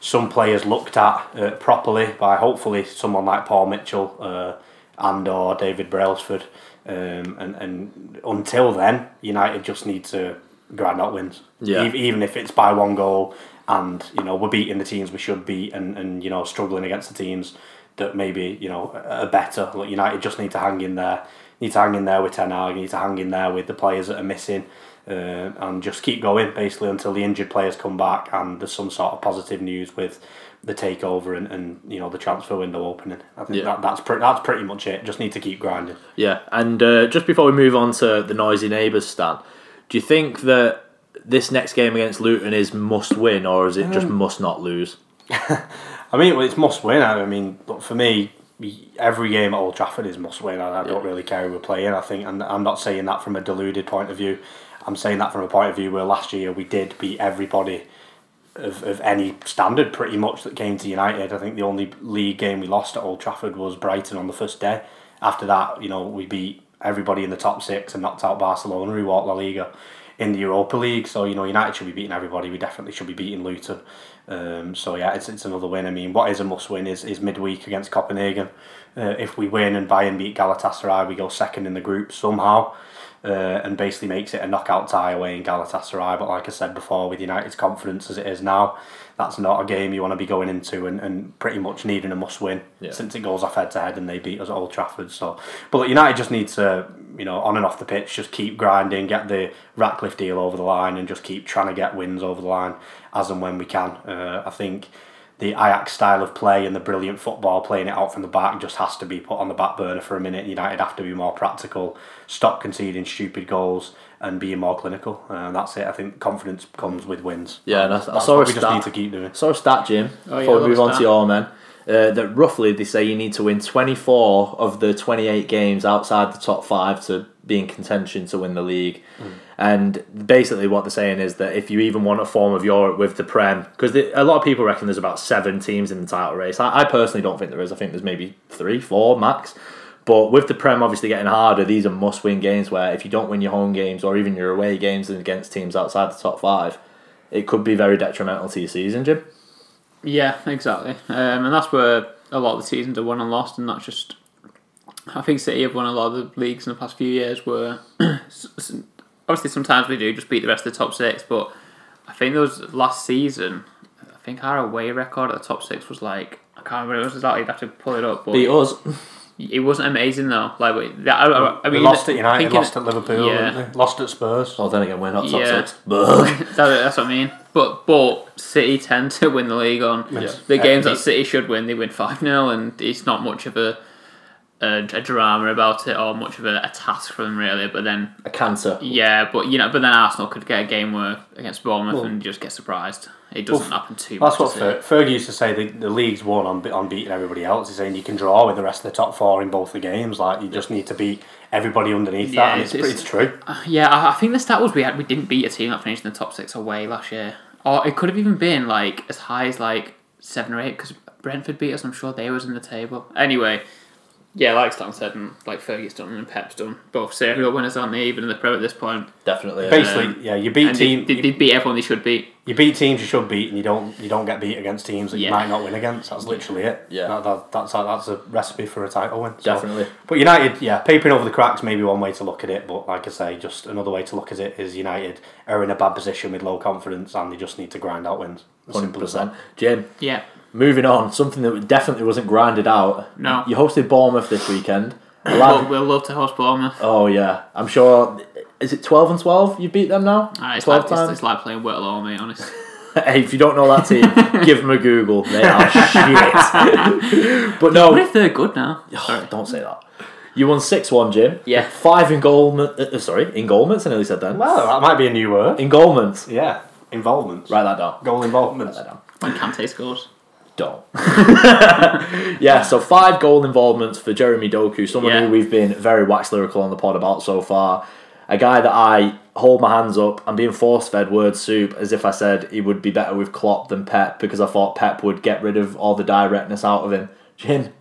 some players looked at uh, properly by hopefully someone like Paul Mitchell uh, and or David Brailsford. Um, and, and until then, United just need to grind out wins.
Yeah.
Ev- even if it's by one goal and you know we're beating the teams we should beat and, and you know struggling against the teams that maybe you know are better like United just need to hang in there need to hang in there with Ten Hag need to hang in there with the players that are missing uh, and just keep going basically until the injured players come back and there's some sort of positive news with the takeover and, and you know the transfer window opening I think
Yeah.
that, that's, pre- that's pretty much it just need to keep grinding
Yeah, and uh, just before we move on to the noisy neighbours, Stan, do you think that this next game against Luton is must win, or is it
Um,
just must not lose?
I mean, well, it's must win. I mean, but for me, every game at Old Trafford is must win, and I don't really care who we're playing. I think, and I'm not saying that from a deluded point of view. I'm saying that from a point of view where last year we did beat everybody of, of any standard pretty much that came to United. I think the only league game we lost at Old Trafford was Brighton on the first day. After that, you know, we beat everybody in the top six and knocked out Barcelona, who walked La Liga in the Europa League. So, you know, United should be beating everybody. We definitely should be beating Luton. Um, so, yeah, it's, it's another win. I mean, what is a must win is, is midweek against Copenhagen. Uh, if we win and Bayern beat Galatasaray, we go second in the group somehow uh, and basically makes it a knockout tie away in Galatasaray. But like I said before, with United's confidence as it is now, that's not a game you want to be going into and, and pretty much needing a must win
Yeah.
since it goes off head to head and they beat us at Old Trafford. So, but look, United just need to, you know, on and off the pitch, just keep grinding, get the Ratcliffe deal over the line, and just keep trying to get wins over the line as and when we can. Uh, I think the Ajax style of play and the brilliant football, playing it out from the back, just has to be put on the back burner for a minute. United have to be more practical, stop conceding stupid goals, and being more clinical. Uh, that's it. I think confidence comes with wins.
Yeah, and I- I
that's
saw
what
a
we just
stat-
need to keep doing.
So, a stat, Jim,
Oh, yeah,
before
I
we
love
move
a
on to
stat.
your men, uh, that roughly they say you need to win 24 of the 28 games outside the top five to be in contention to win the league.
Mm.
And basically, what they're saying is that if you even want a form of Europe with the Prem, because a lot of people reckon there's about seven teams in the title race. I, I personally don't think there is. I think there's maybe three, four max. But with the Prem obviously getting harder, these are must win games where if you don't win your home games or even your away games against teams outside the top five, it could be very detrimental to your season, Jim.
Yeah, exactly. Um, and that's where a lot of the seasons are won and lost, and that's just. I think City have won a lot of the leagues in the past few years. Where s- s- obviously sometimes we do just beat the rest of the top six, but I think those last season, I think our away record at the top six was like I can't remember what it was exactly. You'd have to pull it up, but
Beat us.
it wasn't amazing though. Like we, I, I, I
We
mean,
lost at
I
United,
think in-
lost at Liverpool,
Yeah.
didn't they? lost at Spurs.
Oh, then again, we're not top
Yeah.
six. Bugh.
That- that's what I mean. But but City tend to win the league on the games that City should win. They win five 0 and it's not much of a, a a drama about it or much of a, a task for them really. But then
A cancer.
yeah, but you know, but then Arsenal could get a game where against Bournemouth and just get surprised. It doesn't happen too
That's
much.
what
does it?
Fer- Fergie used to say. The, the league's won on, be- on beating everybody else. He's saying you can draw with the rest of the top four in both the games. Like you just need to beat everybody underneath
Yeah,
that, and
it's-
it's, pretty
it's-
it's true.
Yeah, I, I think the stat was we had we didn't beat a team that finished in the top six away last year, or it could have even been like as high as like seven or eight because Brentford beat us. I'm sure they was in the table. Anyway, yeah, like Stan said, and like Fergie's done and Pep's done, both serial winners aren't they? Even in the Prem at this point,
Definitely. yeah.
Basically, yeah, you beat
and they,
team,
they, they beat everyone they should beat.
you beat teams you should beat, and you don't you don't get beat against teams that you
Yeah.
might not win against. That's literally it.
Yeah.
that, that, that's a, that's a recipe for a title win. So-
Definitely.
But United, yeah, papering over the cracks may be one way to look at it, but like I say, just another way to look at it is United are in a bad position with low confidence, and they just need to grind out wins. As simple as that.
100%. Jim,
Yeah,
moving on, something that definitely wasn't grinded out.
No.
You hosted Bournemouth this weekend.
we'll,
Lad-
we'll love to host Bournemouth.
oh, yeah. I'm sure. Is it 12 and 12? You beat them now?
Ah, it's,
12
like, it's,
times?
it's like playing Whitlaw, mate. Honest.
hey, if you don't know that team, give them a Google. They are shit. but no.
What if they're good now? Sorry.
Don't say that. You won 6 1, Jim.
Yeah.
Five engolment. Uh, sorry, engolments, I nearly said then.
Well, that might be a new word.
Engolments.
Yeah, involvement.
Write that down.
Goal involvement.
Write that down.
When Kante scores.
don't. yeah, so five goal involvements for Jeremy Doku, someone
Yeah.
who we've been very wax lyrical on the pod about so far. A guy that I hold my hands up. I'm being force fed word soup as if I said he would be better with Klopp than Pep because I thought Pep would get rid of all the directness out of him. Jim,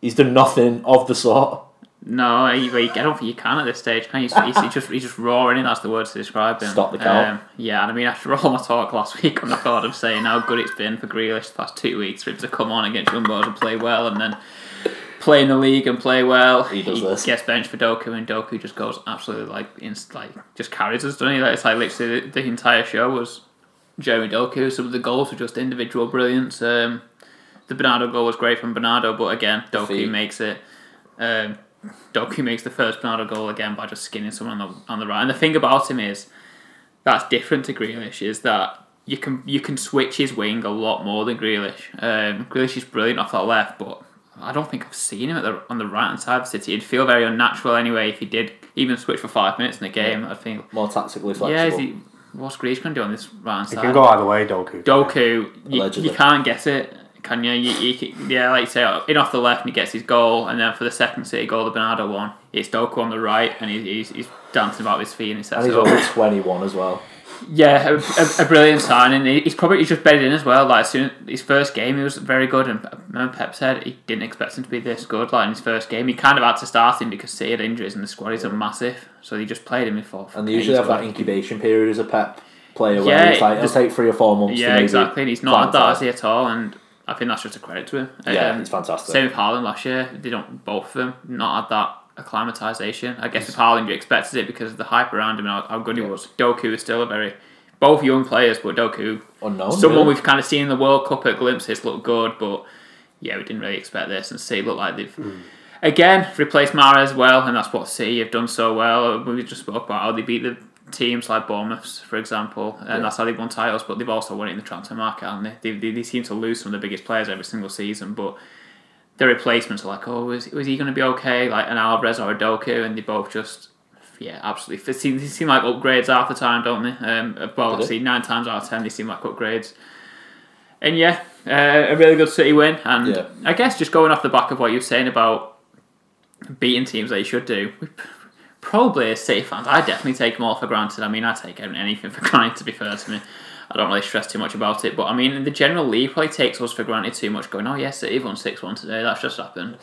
he's done nothing of the sort.
No, he, he, I don't think you can at this stage. Can you? He's, he's just he's just roaring. in, That's the word to describe him. Um,
Stop the count.
yeah, and I mean after all my talk last week on the pod of saying how good it's been for Grealish the past two weeks for him to come on against Jumbos and play well, and then play in the league and play well. He
does this.
Gets benched for Doku, and Doku just goes absolutely like inst- like just carries us, doesn't he? Like, it's like literally the, the entire show was Jeremy Doku. Some of the goals were just individual brilliance. Um, the Bernardo goal was great from Bernardo, but again, Doku
Feet.
makes it. Um, Doku makes the first Bernardo goal again by just skinning someone on the on the right. And the thing about him is that's different to Grealish is that you can you can switch his wing a lot more than Grealish. Um, Grealish is brilliant off that left, but I don't think I've seen him at the, on the right hand side of City. It'd feel very unnatural anyway if he did even switch for five minutes in the game. I think
More tactically flexible.
yeah, is he, what's Grealish going to do on this right hand
It
side?
can go either way, Doku.
Doku, you,
Allegedly.
you can't get it, can you? you, you can- yeah, like you say, in off the left and he gets his goal, and then for the second City goal, the Bernardo one, it's Doku on the right, and he, he's, he's dancing about with his feet and he sets
And he's
it up.
only 21 as well.
Yeah, a, a, a brilliant signing. He- He's probably he's just bedded in as well. Like as soon his first game, he was very good, and I remember Pep said he didn't expect him to be this good. Like in his first game, he kind of had to start him because City had injuries and the squad isn't massive, so he just played him in fourth.
And they usually have that incubation period as a Pep player where
Yeah,
it's like, it'll
just-
take three or four months to
Yeah,
maybe
exactly. And he's not had
plant
that
out.
has he, at all, and I think that's just a credit to him.
Yeah,
Um,
it's fantastic.
Same with Harlan last year. They don't both of them not had that acclimatization. I guess with Harlan you expected it because of the hype around him and how, how good he was. Doku is still a very both young players, but Doku
Unknown.
someone
really.
we've kind of seen in the World Cup at glimpses look good, but yeah, we didn't really expect this, and City look like they've again replaced Mara as well, and that's what City have done so well. We just spoke about how they beat the teams like Bournemouth, for example, and that's how they won titles. But they've also won it in the transfer market, and they? They, they they seem to lose some of the biggest players every single season, but. Their replacements are like, oh, is, is he going to be okay? Like an Alvarez or a Doku, and they both just, yeah, absolutely. They seem, they seem like upgrades half the time, don't they? Um, well,
do.
obviously, nine times out of ten, they seem like upgrades. And yeah, uh, a really good City win. And
Yeah.
I guess just going off the back of what you were saying about beating teams that you should do, we p- probably as City fans, I definitely take them all for granted. I mean, I take anything for granted, to be fair to me. I don't really stress too much about it, but I mean, the general league probably takes us for granted too much. Going, oh yes, City won six one today. That's just happened.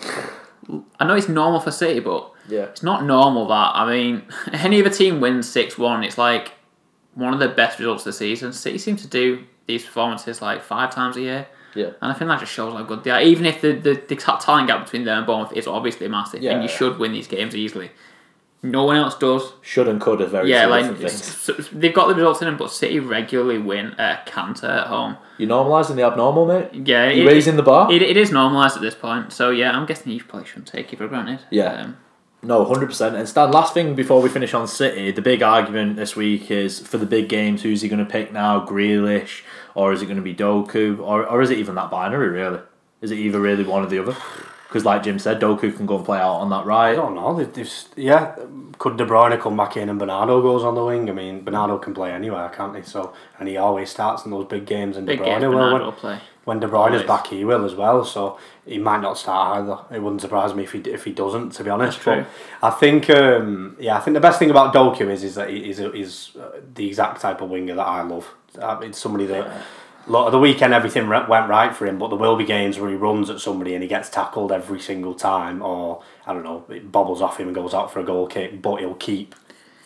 I know it's normal for City, but
Yeah.
it's not normal that. I mean, any other team wins 6 1, it's like one of the best results of the season. City seem to do these performances like five times a year.
Yeah.
And I think that just shows how good they are. Even if the, the, the ta- talent gap between them and Bournemouth is obviously massive,
Yeah.
and you should win these games easily. No one else does.
Should and could are very
yeah,
two
like
different things.
s- s- they've got the results in them, but City regularly win at a canter at home.
You're normalising the abnormal, mate.
Yeah,
You're raising the bar.
it, it is normalised at this point, so yeah, I'm guessing you probably shouldn't take it for granted. Um,
Yeah. No, hundred percent. And Stan, last thing before we finish on City, the big argument this week is for the big games. Who's he going to pick now? Grealish, or is it going to be Doku, or or is it even that binary? Really, is it either really one or the other? Because like Jim said, Doku can go and play out on that
I
right.
don't know. They've, they've, yeah, could De Bruyne come back in and Bernardo goes on the wing? I mean, Bernardo can play anywhere, can't he? So, and he always starts in those big games, and
Big
De
game
Bruyne will.
Bernardo
When,
will play.
when De Bruyne is
Always.
back, he will as well. So he might not start either. It wouldn't surprise me if he if he doesn't. To be honest,
That's true.
But I think um, yeah, I think the best thing about Doku is is that he is is uh, the exact type of winger that I love. Uh, It's somebody that. Lot of the weekend, everything re- went right for him, but there will be games where he runs at somebody and he gets tackled every single time, or I don't know, it bobbles off him and goes out for a goal kick, but he'll keep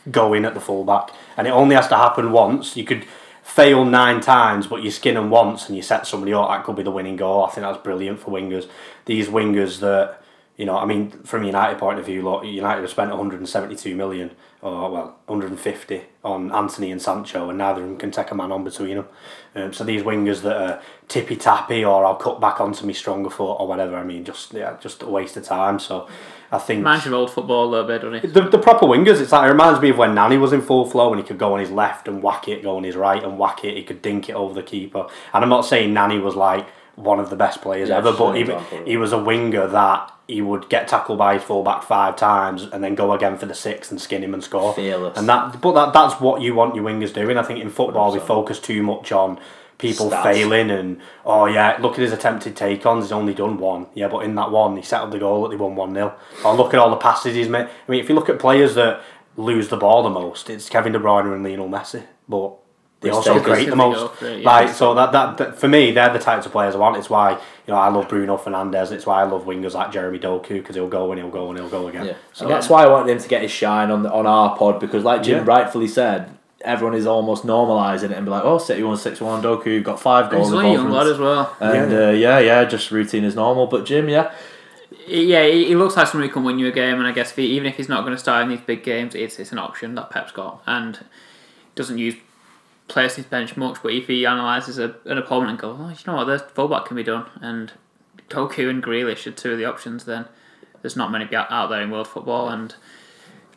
going at the fullback, and it only has to happen once. You could fail nine times, but you skin them once and you set somebody up. That could be the winning goal. I think that's brilliant for wingers. These wingers that you know, I mean, from a United point of view, look, United have spent 172 million, or well, 150 on Anthony and Sancho, and neither of them can take a man on between them. Um, so these wingers that are tippy tappy, or I'll cut back onto me stronger foot, or whatever. I mean, just yeah, just a waste of time. So I think
Reminds you of old football a little bit, doesn't it?
the, the proper wingers, it's like, it reminds me of when Nani was in full flow and he could go on his left and whack it, go on his right and whack it, he could dink it over the keeper. And I'm not saying Nani was like one of the best players
Yeah,
ever,
just
but
an
he,
example, yeah.
he was a winger that he would get tackled by his fullback five times and then go again for the sixth and skin him and score.
Fearless.
And that, but that, that's what you want your wingers doing. I think in football we
100%.
focus too much on people
Stats.
failing and oh yeah, look at his attempted take ons, he's only done one. Yeah, but in that one he settled the goal that they won one 0 Or look at all the passes he's made. I mean if you look at players that lose the ball the most, it's Kevin De Bruyne and Lionel Messi. But they
Which
also
take us
create
to
the
the
most.
goal, create, yeah.
Like so that, that that for me they're the types of players I want. It's why you know I love Bruno Fernandez. It's why I love wingers like Jeremy Doku because he'll go and he'll go and he'll go again.
Yeah.
So
And that's why I wanted him to get his shine on the, on our pod because, like Jim
Yeah.
rightfully said, everyone is almost normalising it and be like, oh, City won 6 1, Doku got five goals.
He's
in
a
goal
young
for
lad
us.
as well.
And yeah. Uh, yeah, yeah, just routine is normal. But Jim, yeah,
Yeah, he he looks like someone who can win you a game, and I guess if he, even if he's not going to start in these big games, it's it's an option that Pep's got, and doesn't use players his bench much. But if he analyses a, an opponent and goes, oh, you know what, there's fullback can be done, and Toku and Grealish are two of the options. Then there's not many out out there in world football, and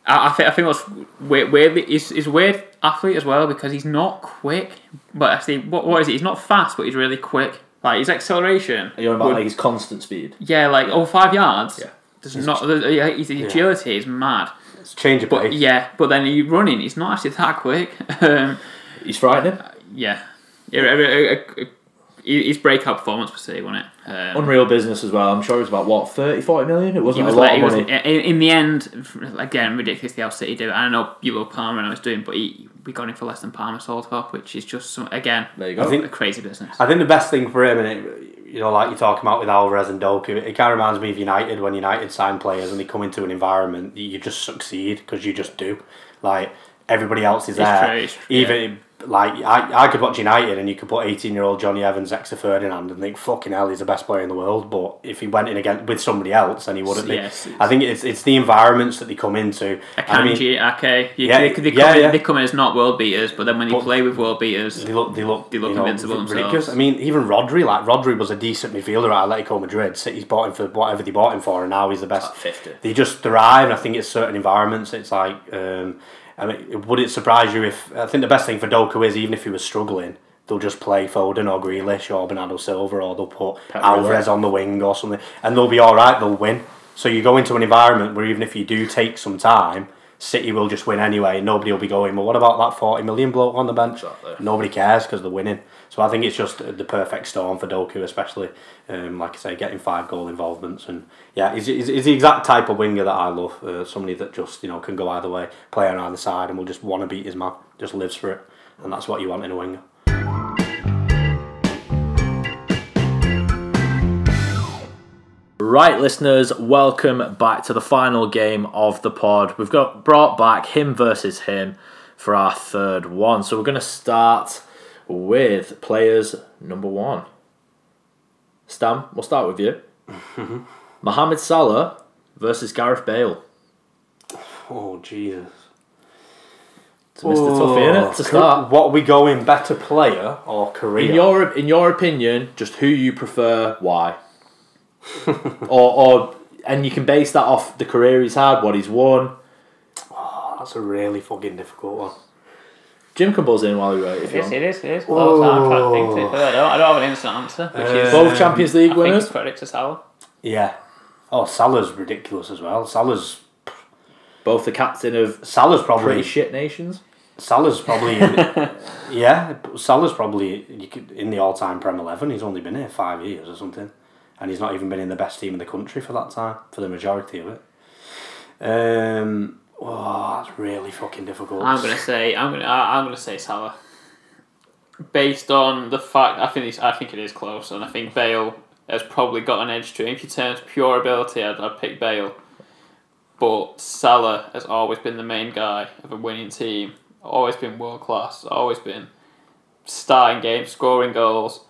I, I think I think what's weird, weirdly is is weird athlete as well because he's not quick, but actually, what what is it? He's not fast, but he's really quick. Like his acceleration.
you're on about
would-
like his constant speed.
yeah, like over five yards.
Yeah.
There's not the, yeah, his agility is mad.
it's change of
But
pace.
yeah, but then you running, it's not actually that quick. um,
He's frightening.
yeah, yeah, I mean, I- I- his breakout performance was it, wasn't it? Um,
Unreal business as well. I'm sure it was about, what, 30, 40 million? It
he
wasn't
was
a lot
like, he
of
was, in,
money.
in the end, again, ridiculously how City did it. I know you love Palmer and I was doing, but he, we got him for less than Palmer sold for, which is just, some, again,
There you go.
I think-
a crazy business.
I think the best thing for him, and it, you know, like you're talking about with Alvarez and Doku, it, kind of reminds me of United when United sign players and they come into an environment that you just succeed because you just do. Like everybody else is
It's
there.
true, it's true,
Even like I, I could watch United and you could put 18 year old Johnny Evans, Exa Ferdinand, and think fucking hell, he's the best player in the world. But if he went in again with somebody else, then he wouldn't
Yes,
be.
it's-
I think it's it's the environments that they come into. I mean,
Akanji, Ake, you,
Yeah,
they, they, come
yeah,
in,
yeah.
they come in as not world beaters, but then when they
But-
play with world beaters,
They look, they look,
They look
you know,
invincible
ridiculous.
themselves.
I mean, even Rodri, like Rodri was a decent midfielder at Atletico Madrid. City's bought him for whatever they bought him for, and now he's the best.
Like 50.
They just thrive, and I think it's certain environments. It's like, um, I mean, would it surprise you if I think the best thing for Doku is even if he was struggling, they'll just play Foden or Grealish or Bernardo Silva, or they'll put
Pep
Alvarez on the wing or something, and they'll be all right. They'll win. So you go into an environment where even if you do take some time. City will just win anyway, and nobody will be going. Well, what about that forty million bloke on the bench?
Exactly.
nobody cares because they're winning. So I think it's just the perfect storm for Doku, especially um, like I say, getting five goal involvements and yeah, he's, he's, he's the exact type of winger that I love. Uh, somebody that just you know can go either way, play on either side, and will just want to beat his man, just lives for it, and that's what you want in a winger.
Right, listeners, welcome back to the final game of the pod. We've got brought back him versus him for our third one. So we're going to start with players number one. Stam, we'll start with you. Mohamed Salah versus Gareth Bale.
Oh Jesus!
It's a Mr.
Oh,
Toughy, innit, To start.
What are we going better player or career?
In your in your opinion, just who you prefer, why, or or and you can base that off the career he's had, what he's won.
Oh, that's a really fucking difficult one.
Jim can buzz in while we wait. If you
It is,
want.
it is, it is. Well, I'm trying to think to it, but I don't, I don't have an instant answer, which is
Uh,
Both Champions League
I think
winners.
it's credit to Salah.
Yeah. Oh, Salah's ridiculous as well. Salah's
both the captain of
Salah's
pretty
probably
shit nations.
Salah's probably, in, yeah, Salah's probably you could, in the all-time Prem eleven. He's only been here five years or something, and he's not even been in the best team in the country for that time for the majority of it. Um, oh, that's really fucking difficult.
I'm gonna say I'm gonna I- I'm gonna say Salah. Based on the fact, I think it's, I think it is close, and I think Bale has probably got an edge to him. If you turn to pure ability, I'd, I'd pick Bale. But Salah has always been the main guy of a winning team. Always been world class. Always been starting games, scoring goals.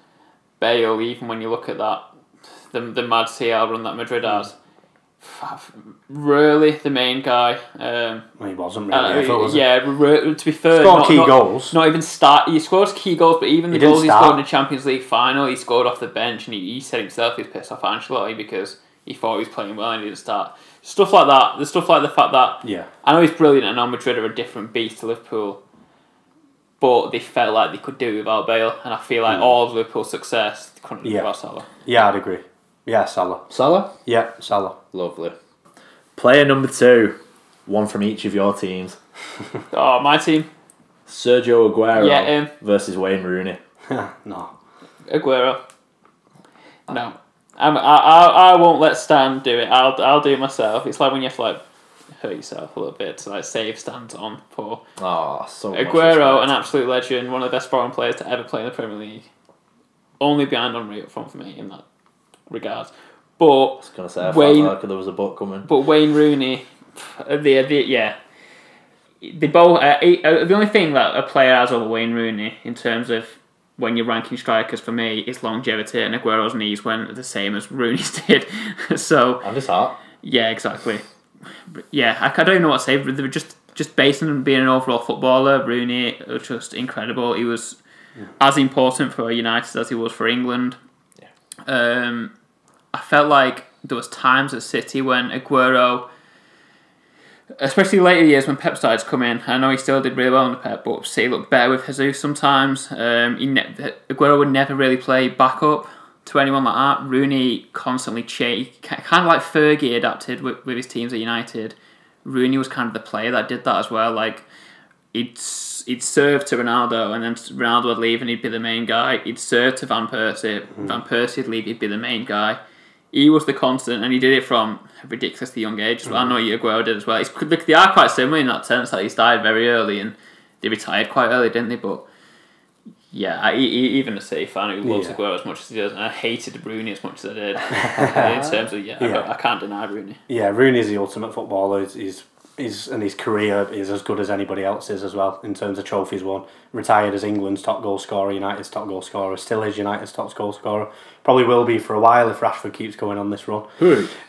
Bale, even when you look at that, the the mad CL run that Madrid has, really the main guy. Um,
Well, he wasn't
uh,
really. I thought, was he?
yeah, re- to be fair,
Scored
not,
key
not-
goals.
Not even start. He scores key goals, but even the
He didn't
goals he
start.
scored in the Champions League final, he scored off the bench, and he, he said himself he was pissed off Ancelotti because he thought he was playing well and he didn't start. Stuff like that. The stuff like the fact that
yeah.
I know he's brilliant, and I know Madrid are a different beast to Liverpool, but they felt like they could do without Bale, and I feel like all of Liverpool's success they couldn't do
Hmm. Yeah.
without Salah.
Yeah, I'd agree. Yeah, Salah.
Salah,
Yeah, Salah.
lovely. Player number two, one from each of your teams.
Oh, my team.
Sergio Aguero
Yeah, um,
versus Wayne Rooney.
no.
Aguero. No, I'm, I, I, I won't let Stan do it. I'll, I'll do it myself. It's like when you have to like hurt yourself a little bit to like save Stan's on. Poor
Ah,
Oh, so much
Aguero, uh, an
respect.
absolute legend, one of the best foreign players to ever play in the Premier League. Only behind Henri up front for me in that regard. But
I was gonna say I
Wayne-
felt like there was a book coming.
but Wayne Rooney, pff, the, the yeah, they both. Uh, he- uh, the only thing that a player has over Wayne Rooney in terms of when you're ranking strikers for me is longevity, and Aguero's knees went the same as Rooney's did. so
And his heart.
yeah, exactly. But, yeah, I, c- I don't even know what to say. But they were just just based on him being an overall footballer, Rooney was just incredible. He was as important for United as he was for England. Um, I felt like there was times at City when Aguero, especially later years when Pep started to come in. I know he still did really well under Pep, but City looked better with Jesus sometimes. Um, he ne- Aguero would never really play backup to anyone like that. Rooney constantly changed, kind of like Fergie adapted with, with his teams at United. Rooney was kind of the player that did that as well. Like he'd s- he'd serve to Ronaldo, and then Ronaldo would leave, and he'd be the main guy. He'd serve to Van Persie, Van Persie'd leave, he'd be the main guy. He was the constant, and he did it from a ridiculously young age. as well. I know Aguero did as well. It's, they are quite similar in that sense. Like he's died very early, and they retired quite early, didn't they? But yeah, I, e- e- even a City fan who loves
Yeah.
Aguero as much as he does, and I hated Rooney as much as I did. in terms of yeah, I
Yeah.
don't- I, can't deny Rooney.
Yeah, Rooney's the ultimate footballer. He's, he's, he's and his career is as good as anybody else's as well in terms of trophies won. Retired as England's top goal scorer, United's top goal scorer, still is United's top goal scorer. Probably will be for a while if Rashford keeps going on this run.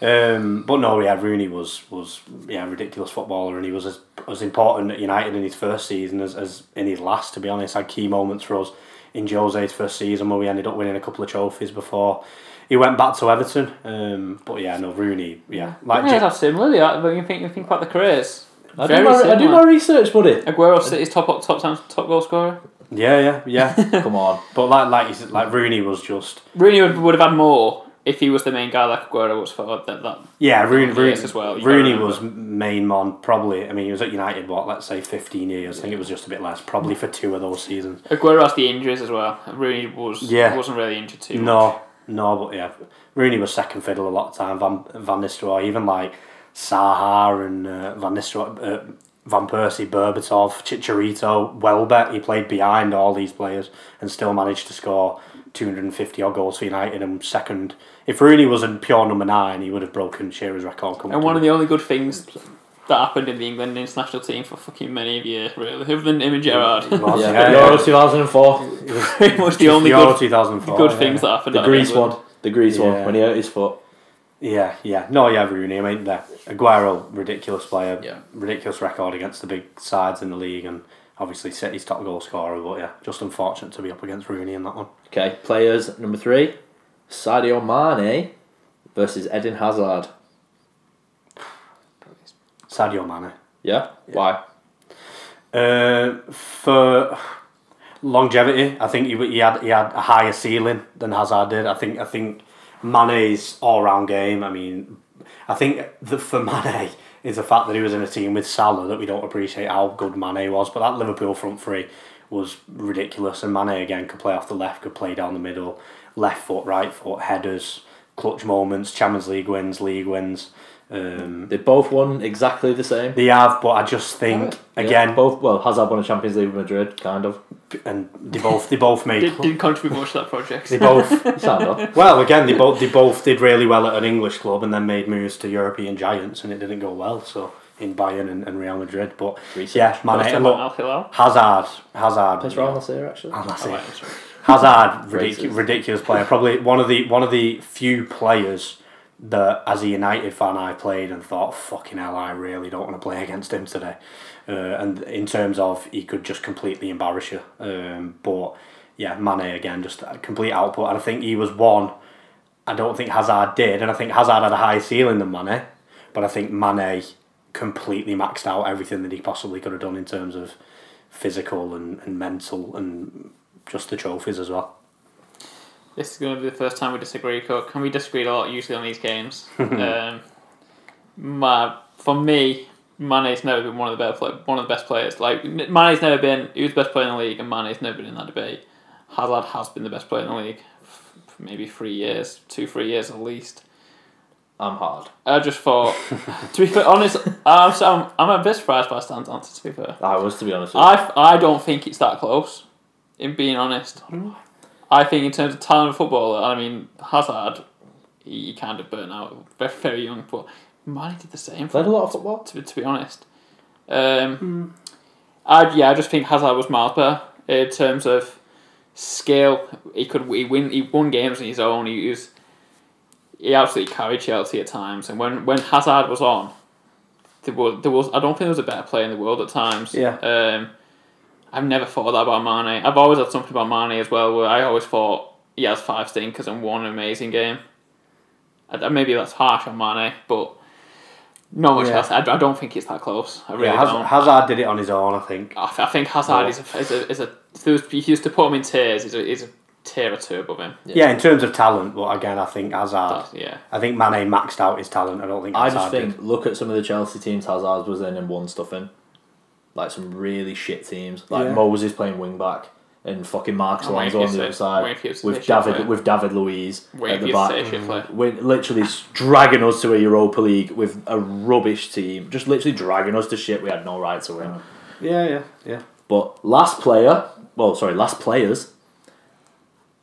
Um, but no, yeah, Rooney was was yeah a ridiculous footballer, and he was as, as important at United in his first season as, as in his last. To be honest, had key moments for us in Jose's first season where we ended up winning a couple of trophies before he went back to Everton. Um, but yeah, no, Rooney, yeah, like
Yeah,
Jim-
that's similar. Yeah, when you think you think about the careers,
I do, my, I do my research, buddy.
Aguero City's top top time, top goal scorer.
yeah, yeah, yeah.
Come on.
but like like you said, like Rooney was just
Rooney would, would have had more if he was the main guy like Aguero was for that. that.
Yeah, Rooney,
Rooney
Rooney,
is as well, you
Rooney
gotta
was main man, probably. I mean, he was at United, what, let's say 15 years. I think it was just a bit less, probably
Mm.
for two of those seasons.
Aguero has the injuries as well. Rooney was
Yeah.
wasn't really injured too. much.
No, no, but yeah. Rooney was second fiddle a lot of time. Van, Van Nistelrooy, even like Saha and uh, Van Nistelrooy, uh, Van Persie, Berbatov, Chicharito, Welbeck. He played behind all these players and still managed to score 250 odd goals for United and second. If Rooney was a pure number nine, he would have broken Shearer's record.
and one of the only good things that happened in the England international team for fucking many of you, really, other than him and Gerrard.
comfortably.
Yeah,
Yeah, yeah.
Euro 2004.
Pretty much the only
Euro
good,
2004.
good
yeah.
things that happened.
The
out of
Greece
England.
one. The Greece one
Yeah.
when he hurt his foot.
Yeah, yeah. No, yeah, Rooney. I mean, the Aguero, ridiculous player,
Yeah.
ridiculous record against the big sides in the league, and obviously City's top goal scorer. But yeah, just unfortunate to be up against Rooney in that one.
Okay, players number three, Sadio Mane versus Eden Hazard.
Sadio Mane.
Yeah, why?
Uh, for longevity, I think he, he had he had a higher ceiling than Hazard did. I think I think Mane's all round game. I mean, I think the, for Mane is the fact that he was in a team with Salah that we don't appreciate how good Mane was. But that Liverpool front three was ridiculous, and Mane again could play off the left, could play down the middle, left foot, right foot, headers, clutch moments, Champions League wins, league wins. Um,
They both won exactly the same.
they have, but I just think
Yeah,
again,
both well, Hazard won a Champions League with Madrid, kind of.
and they both they both made.
Did, didn't contribute much to that project.
They both
Sound off.
well again. They both they both did really well at an English club, and then made moves to European giants, and it didn't go well. So in Bayern and, and Real Madrid, but
Research.
yeah,
First
man,
time
look,
Al Hilal.
Hazard, Hazard,
It's Real Nasir, actually.
Oh, that's
Oh,
it.
right, I'm sorry.
Hazard, ridic-
Racist.
ridiculous player. Probably one of the one of the few players that, as a United fan, I played and thought, "Fucking hell, I really don't want to play against him today." Uh, and in terms of he could just completely embarrass you. Um, but yeah, Mane again, just a complete output. And I think he was one. I don't think Hazard did, and I think Hazard had a higher ceiling than Mane, but I think Mane completely maxed out everything that he possibly could have done in terms of physical and, and mental and just the trophies as well.
This is going to be the first time we disagree, Cook. And we disagree a lot usually on these games. um, my, for me, Mane's never been one of the better play, one of the best players. Like Mane's never been he was the best player in the league, and Mane's never been in that debate. Hazard has been the best player in the league for maybe three years, two, three years at least.
I'm hard.
I just thought, to be fair, honest, I'm, so- I'm, I'm a bit surprised by Stan's answer, to be fair.
I was to be honest. With you.
I, I don't think it's that close, in being honest. I think in terms of talented footballer, I mean, Hazard, he kind of burnt out very, very young, but Manny did the same.
played a lot of football.
to be, to be honest.
Hmm.
Um, I yeah, I just think Hazard was miles better in terms of skill. He could he win he won games on his own. He was he absolutely carried Chelsea at times. And when when Hazard was on, there was there was I don't think there was a better player in the world at times.
Yeah.
Um, I've never thought that about Mane. I've always had something about Mane as well, where I always thought he has five stinkers and one amazing game. I, I- maybe that's harsh on Mane, but not much
Yeah.
else. I, I don't think it's that close. I really
Yeah,
don't.
Haz- Hazard did it on his own, I think.
I, th- I think Hazard
No.
is a is a, is a if there was, if you used to put him in tiers. He's a, he's a tier or two above him.
Yeah, in terms of talent, but again, I think Hazard.
That's- yeah.
I think Mane maxed out his talent. I don't think
I
Hazard
just think
did.
look at some of the Chelsea teams Hazard was in and won stuff in, like some really shit teams. Like
Yeah.
Moses playing wing back and fucking Marcus
I'm waiting
Alonso
for
on the
you to
other
say-
side
waiting for you to say
with
shit
David
player.
with David Luiz
Wait
at
for
the
you to
back.
say shit player.
Win, literally s- dragging us to a Europa League with a rubbish team, just literally dragging us to shit we had no right to win.
Yeah, yeah, yeah.
But last player, well, sorry, last players,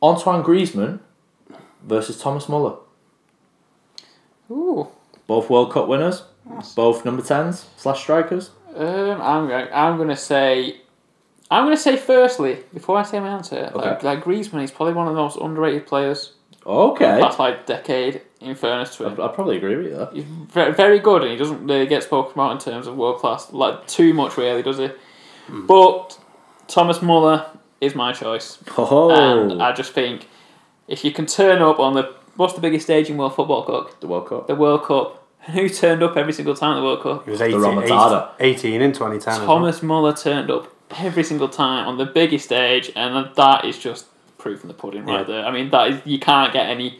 Antoine Griezmann versus Thomas Muller.
Ooh.
Both World Cup winners, both number 10s slash strikers.
Um, I'm going. I'm going to say. I'm going to say firstly before I say my answer. Like,
Okay.
like Griezmann is probably one of the most underrated players.
Okay. I,
That's like decade. In fairness to him,
I probably agree with you there.
he's very, very good and he doesn't really get spoken about in terms of world class like too much really does he Hmm. but Thomas Muller is my choice
Oh,
and I just think if you can turn up on the what's the biggest stage in world football Cook
the World Cup.
the World Cup who turned up every single time at the World Cup
He was 18,
Ramatada.
18 in 2010. as well.
Thomas Muller turned up every single time on the biggest stage and that is just proof in the pudding right
Yeah.
there I mean that is you can't get any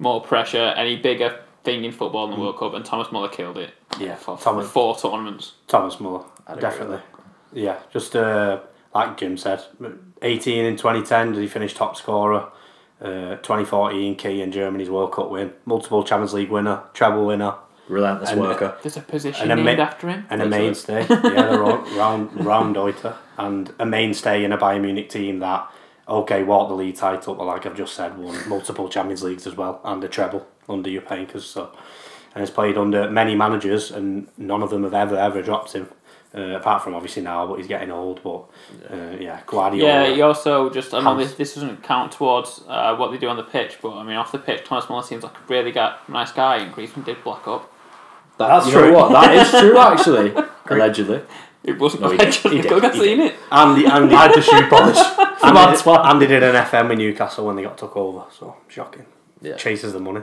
more pressure any bigger thing in football than the World Cup and Thomas Muller killed it
Yeah,
for
Mm. Thomas.
four tournaments.
Thomas Muller,
agree
definitely. Yeah, just uh, like Jim said, 18 in 2010, he finished top scorer. Uh, 2014 key in Germany's World Cup win, multiple Champions League winner, treble winner,
Relentless
And-
worker.
There's a position
And a
named
ma-
after him.
and a
Excellent.
mainstay. yeah, the round round round Deuter and a mainstay in a Bayern Munich team that okay walked the league title, but like I've just said, won multiple Champions Leank's as well and a treble under your painters. So and has played under many managers, and none of them have ever ever dropped him. Uh, apart from obviously now, but he's getting old. But uh, yeah, Guardiola.
Yeah, he also just, I know
Hans.
this, this doesn't count towards uh, what they do on the pitch, but I mean, off the pitch, Thomas Muller seems like a really ga- nice guy, and Griezmann did black up.
That-
That's
you know
true.
what? That is true, actually. Allegedly.
It wasn't
No,
no,
he
I
did.
just
He did.
I've
He
seen it.
Andy, Andy,
Had the shoe polish.
Andy,
That's
did, Andy did an FM in Newcastle when they got took over. So shocking.
Yeah.
Chases the money.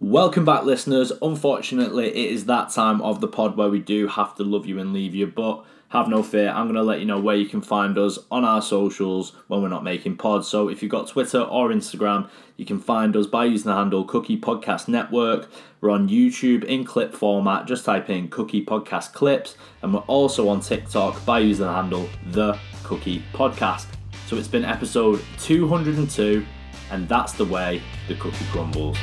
Welcome back, listeners. Unfortunately, it is that time of the pod where we do have to love you and leave you, but have no fear. I'm going to let you know where you can find us on our socials when we're not making pods. So if you've got Twitter or Instagram, you can find us by using the handle Cookie Podcast Network. We're on YouTube in clip format. Just type in Cookie Podcast Clips. And we're also on TikTok by using the handle The Cookie Podcast. So it's been episode 202, and that's the way the cookie crumbles.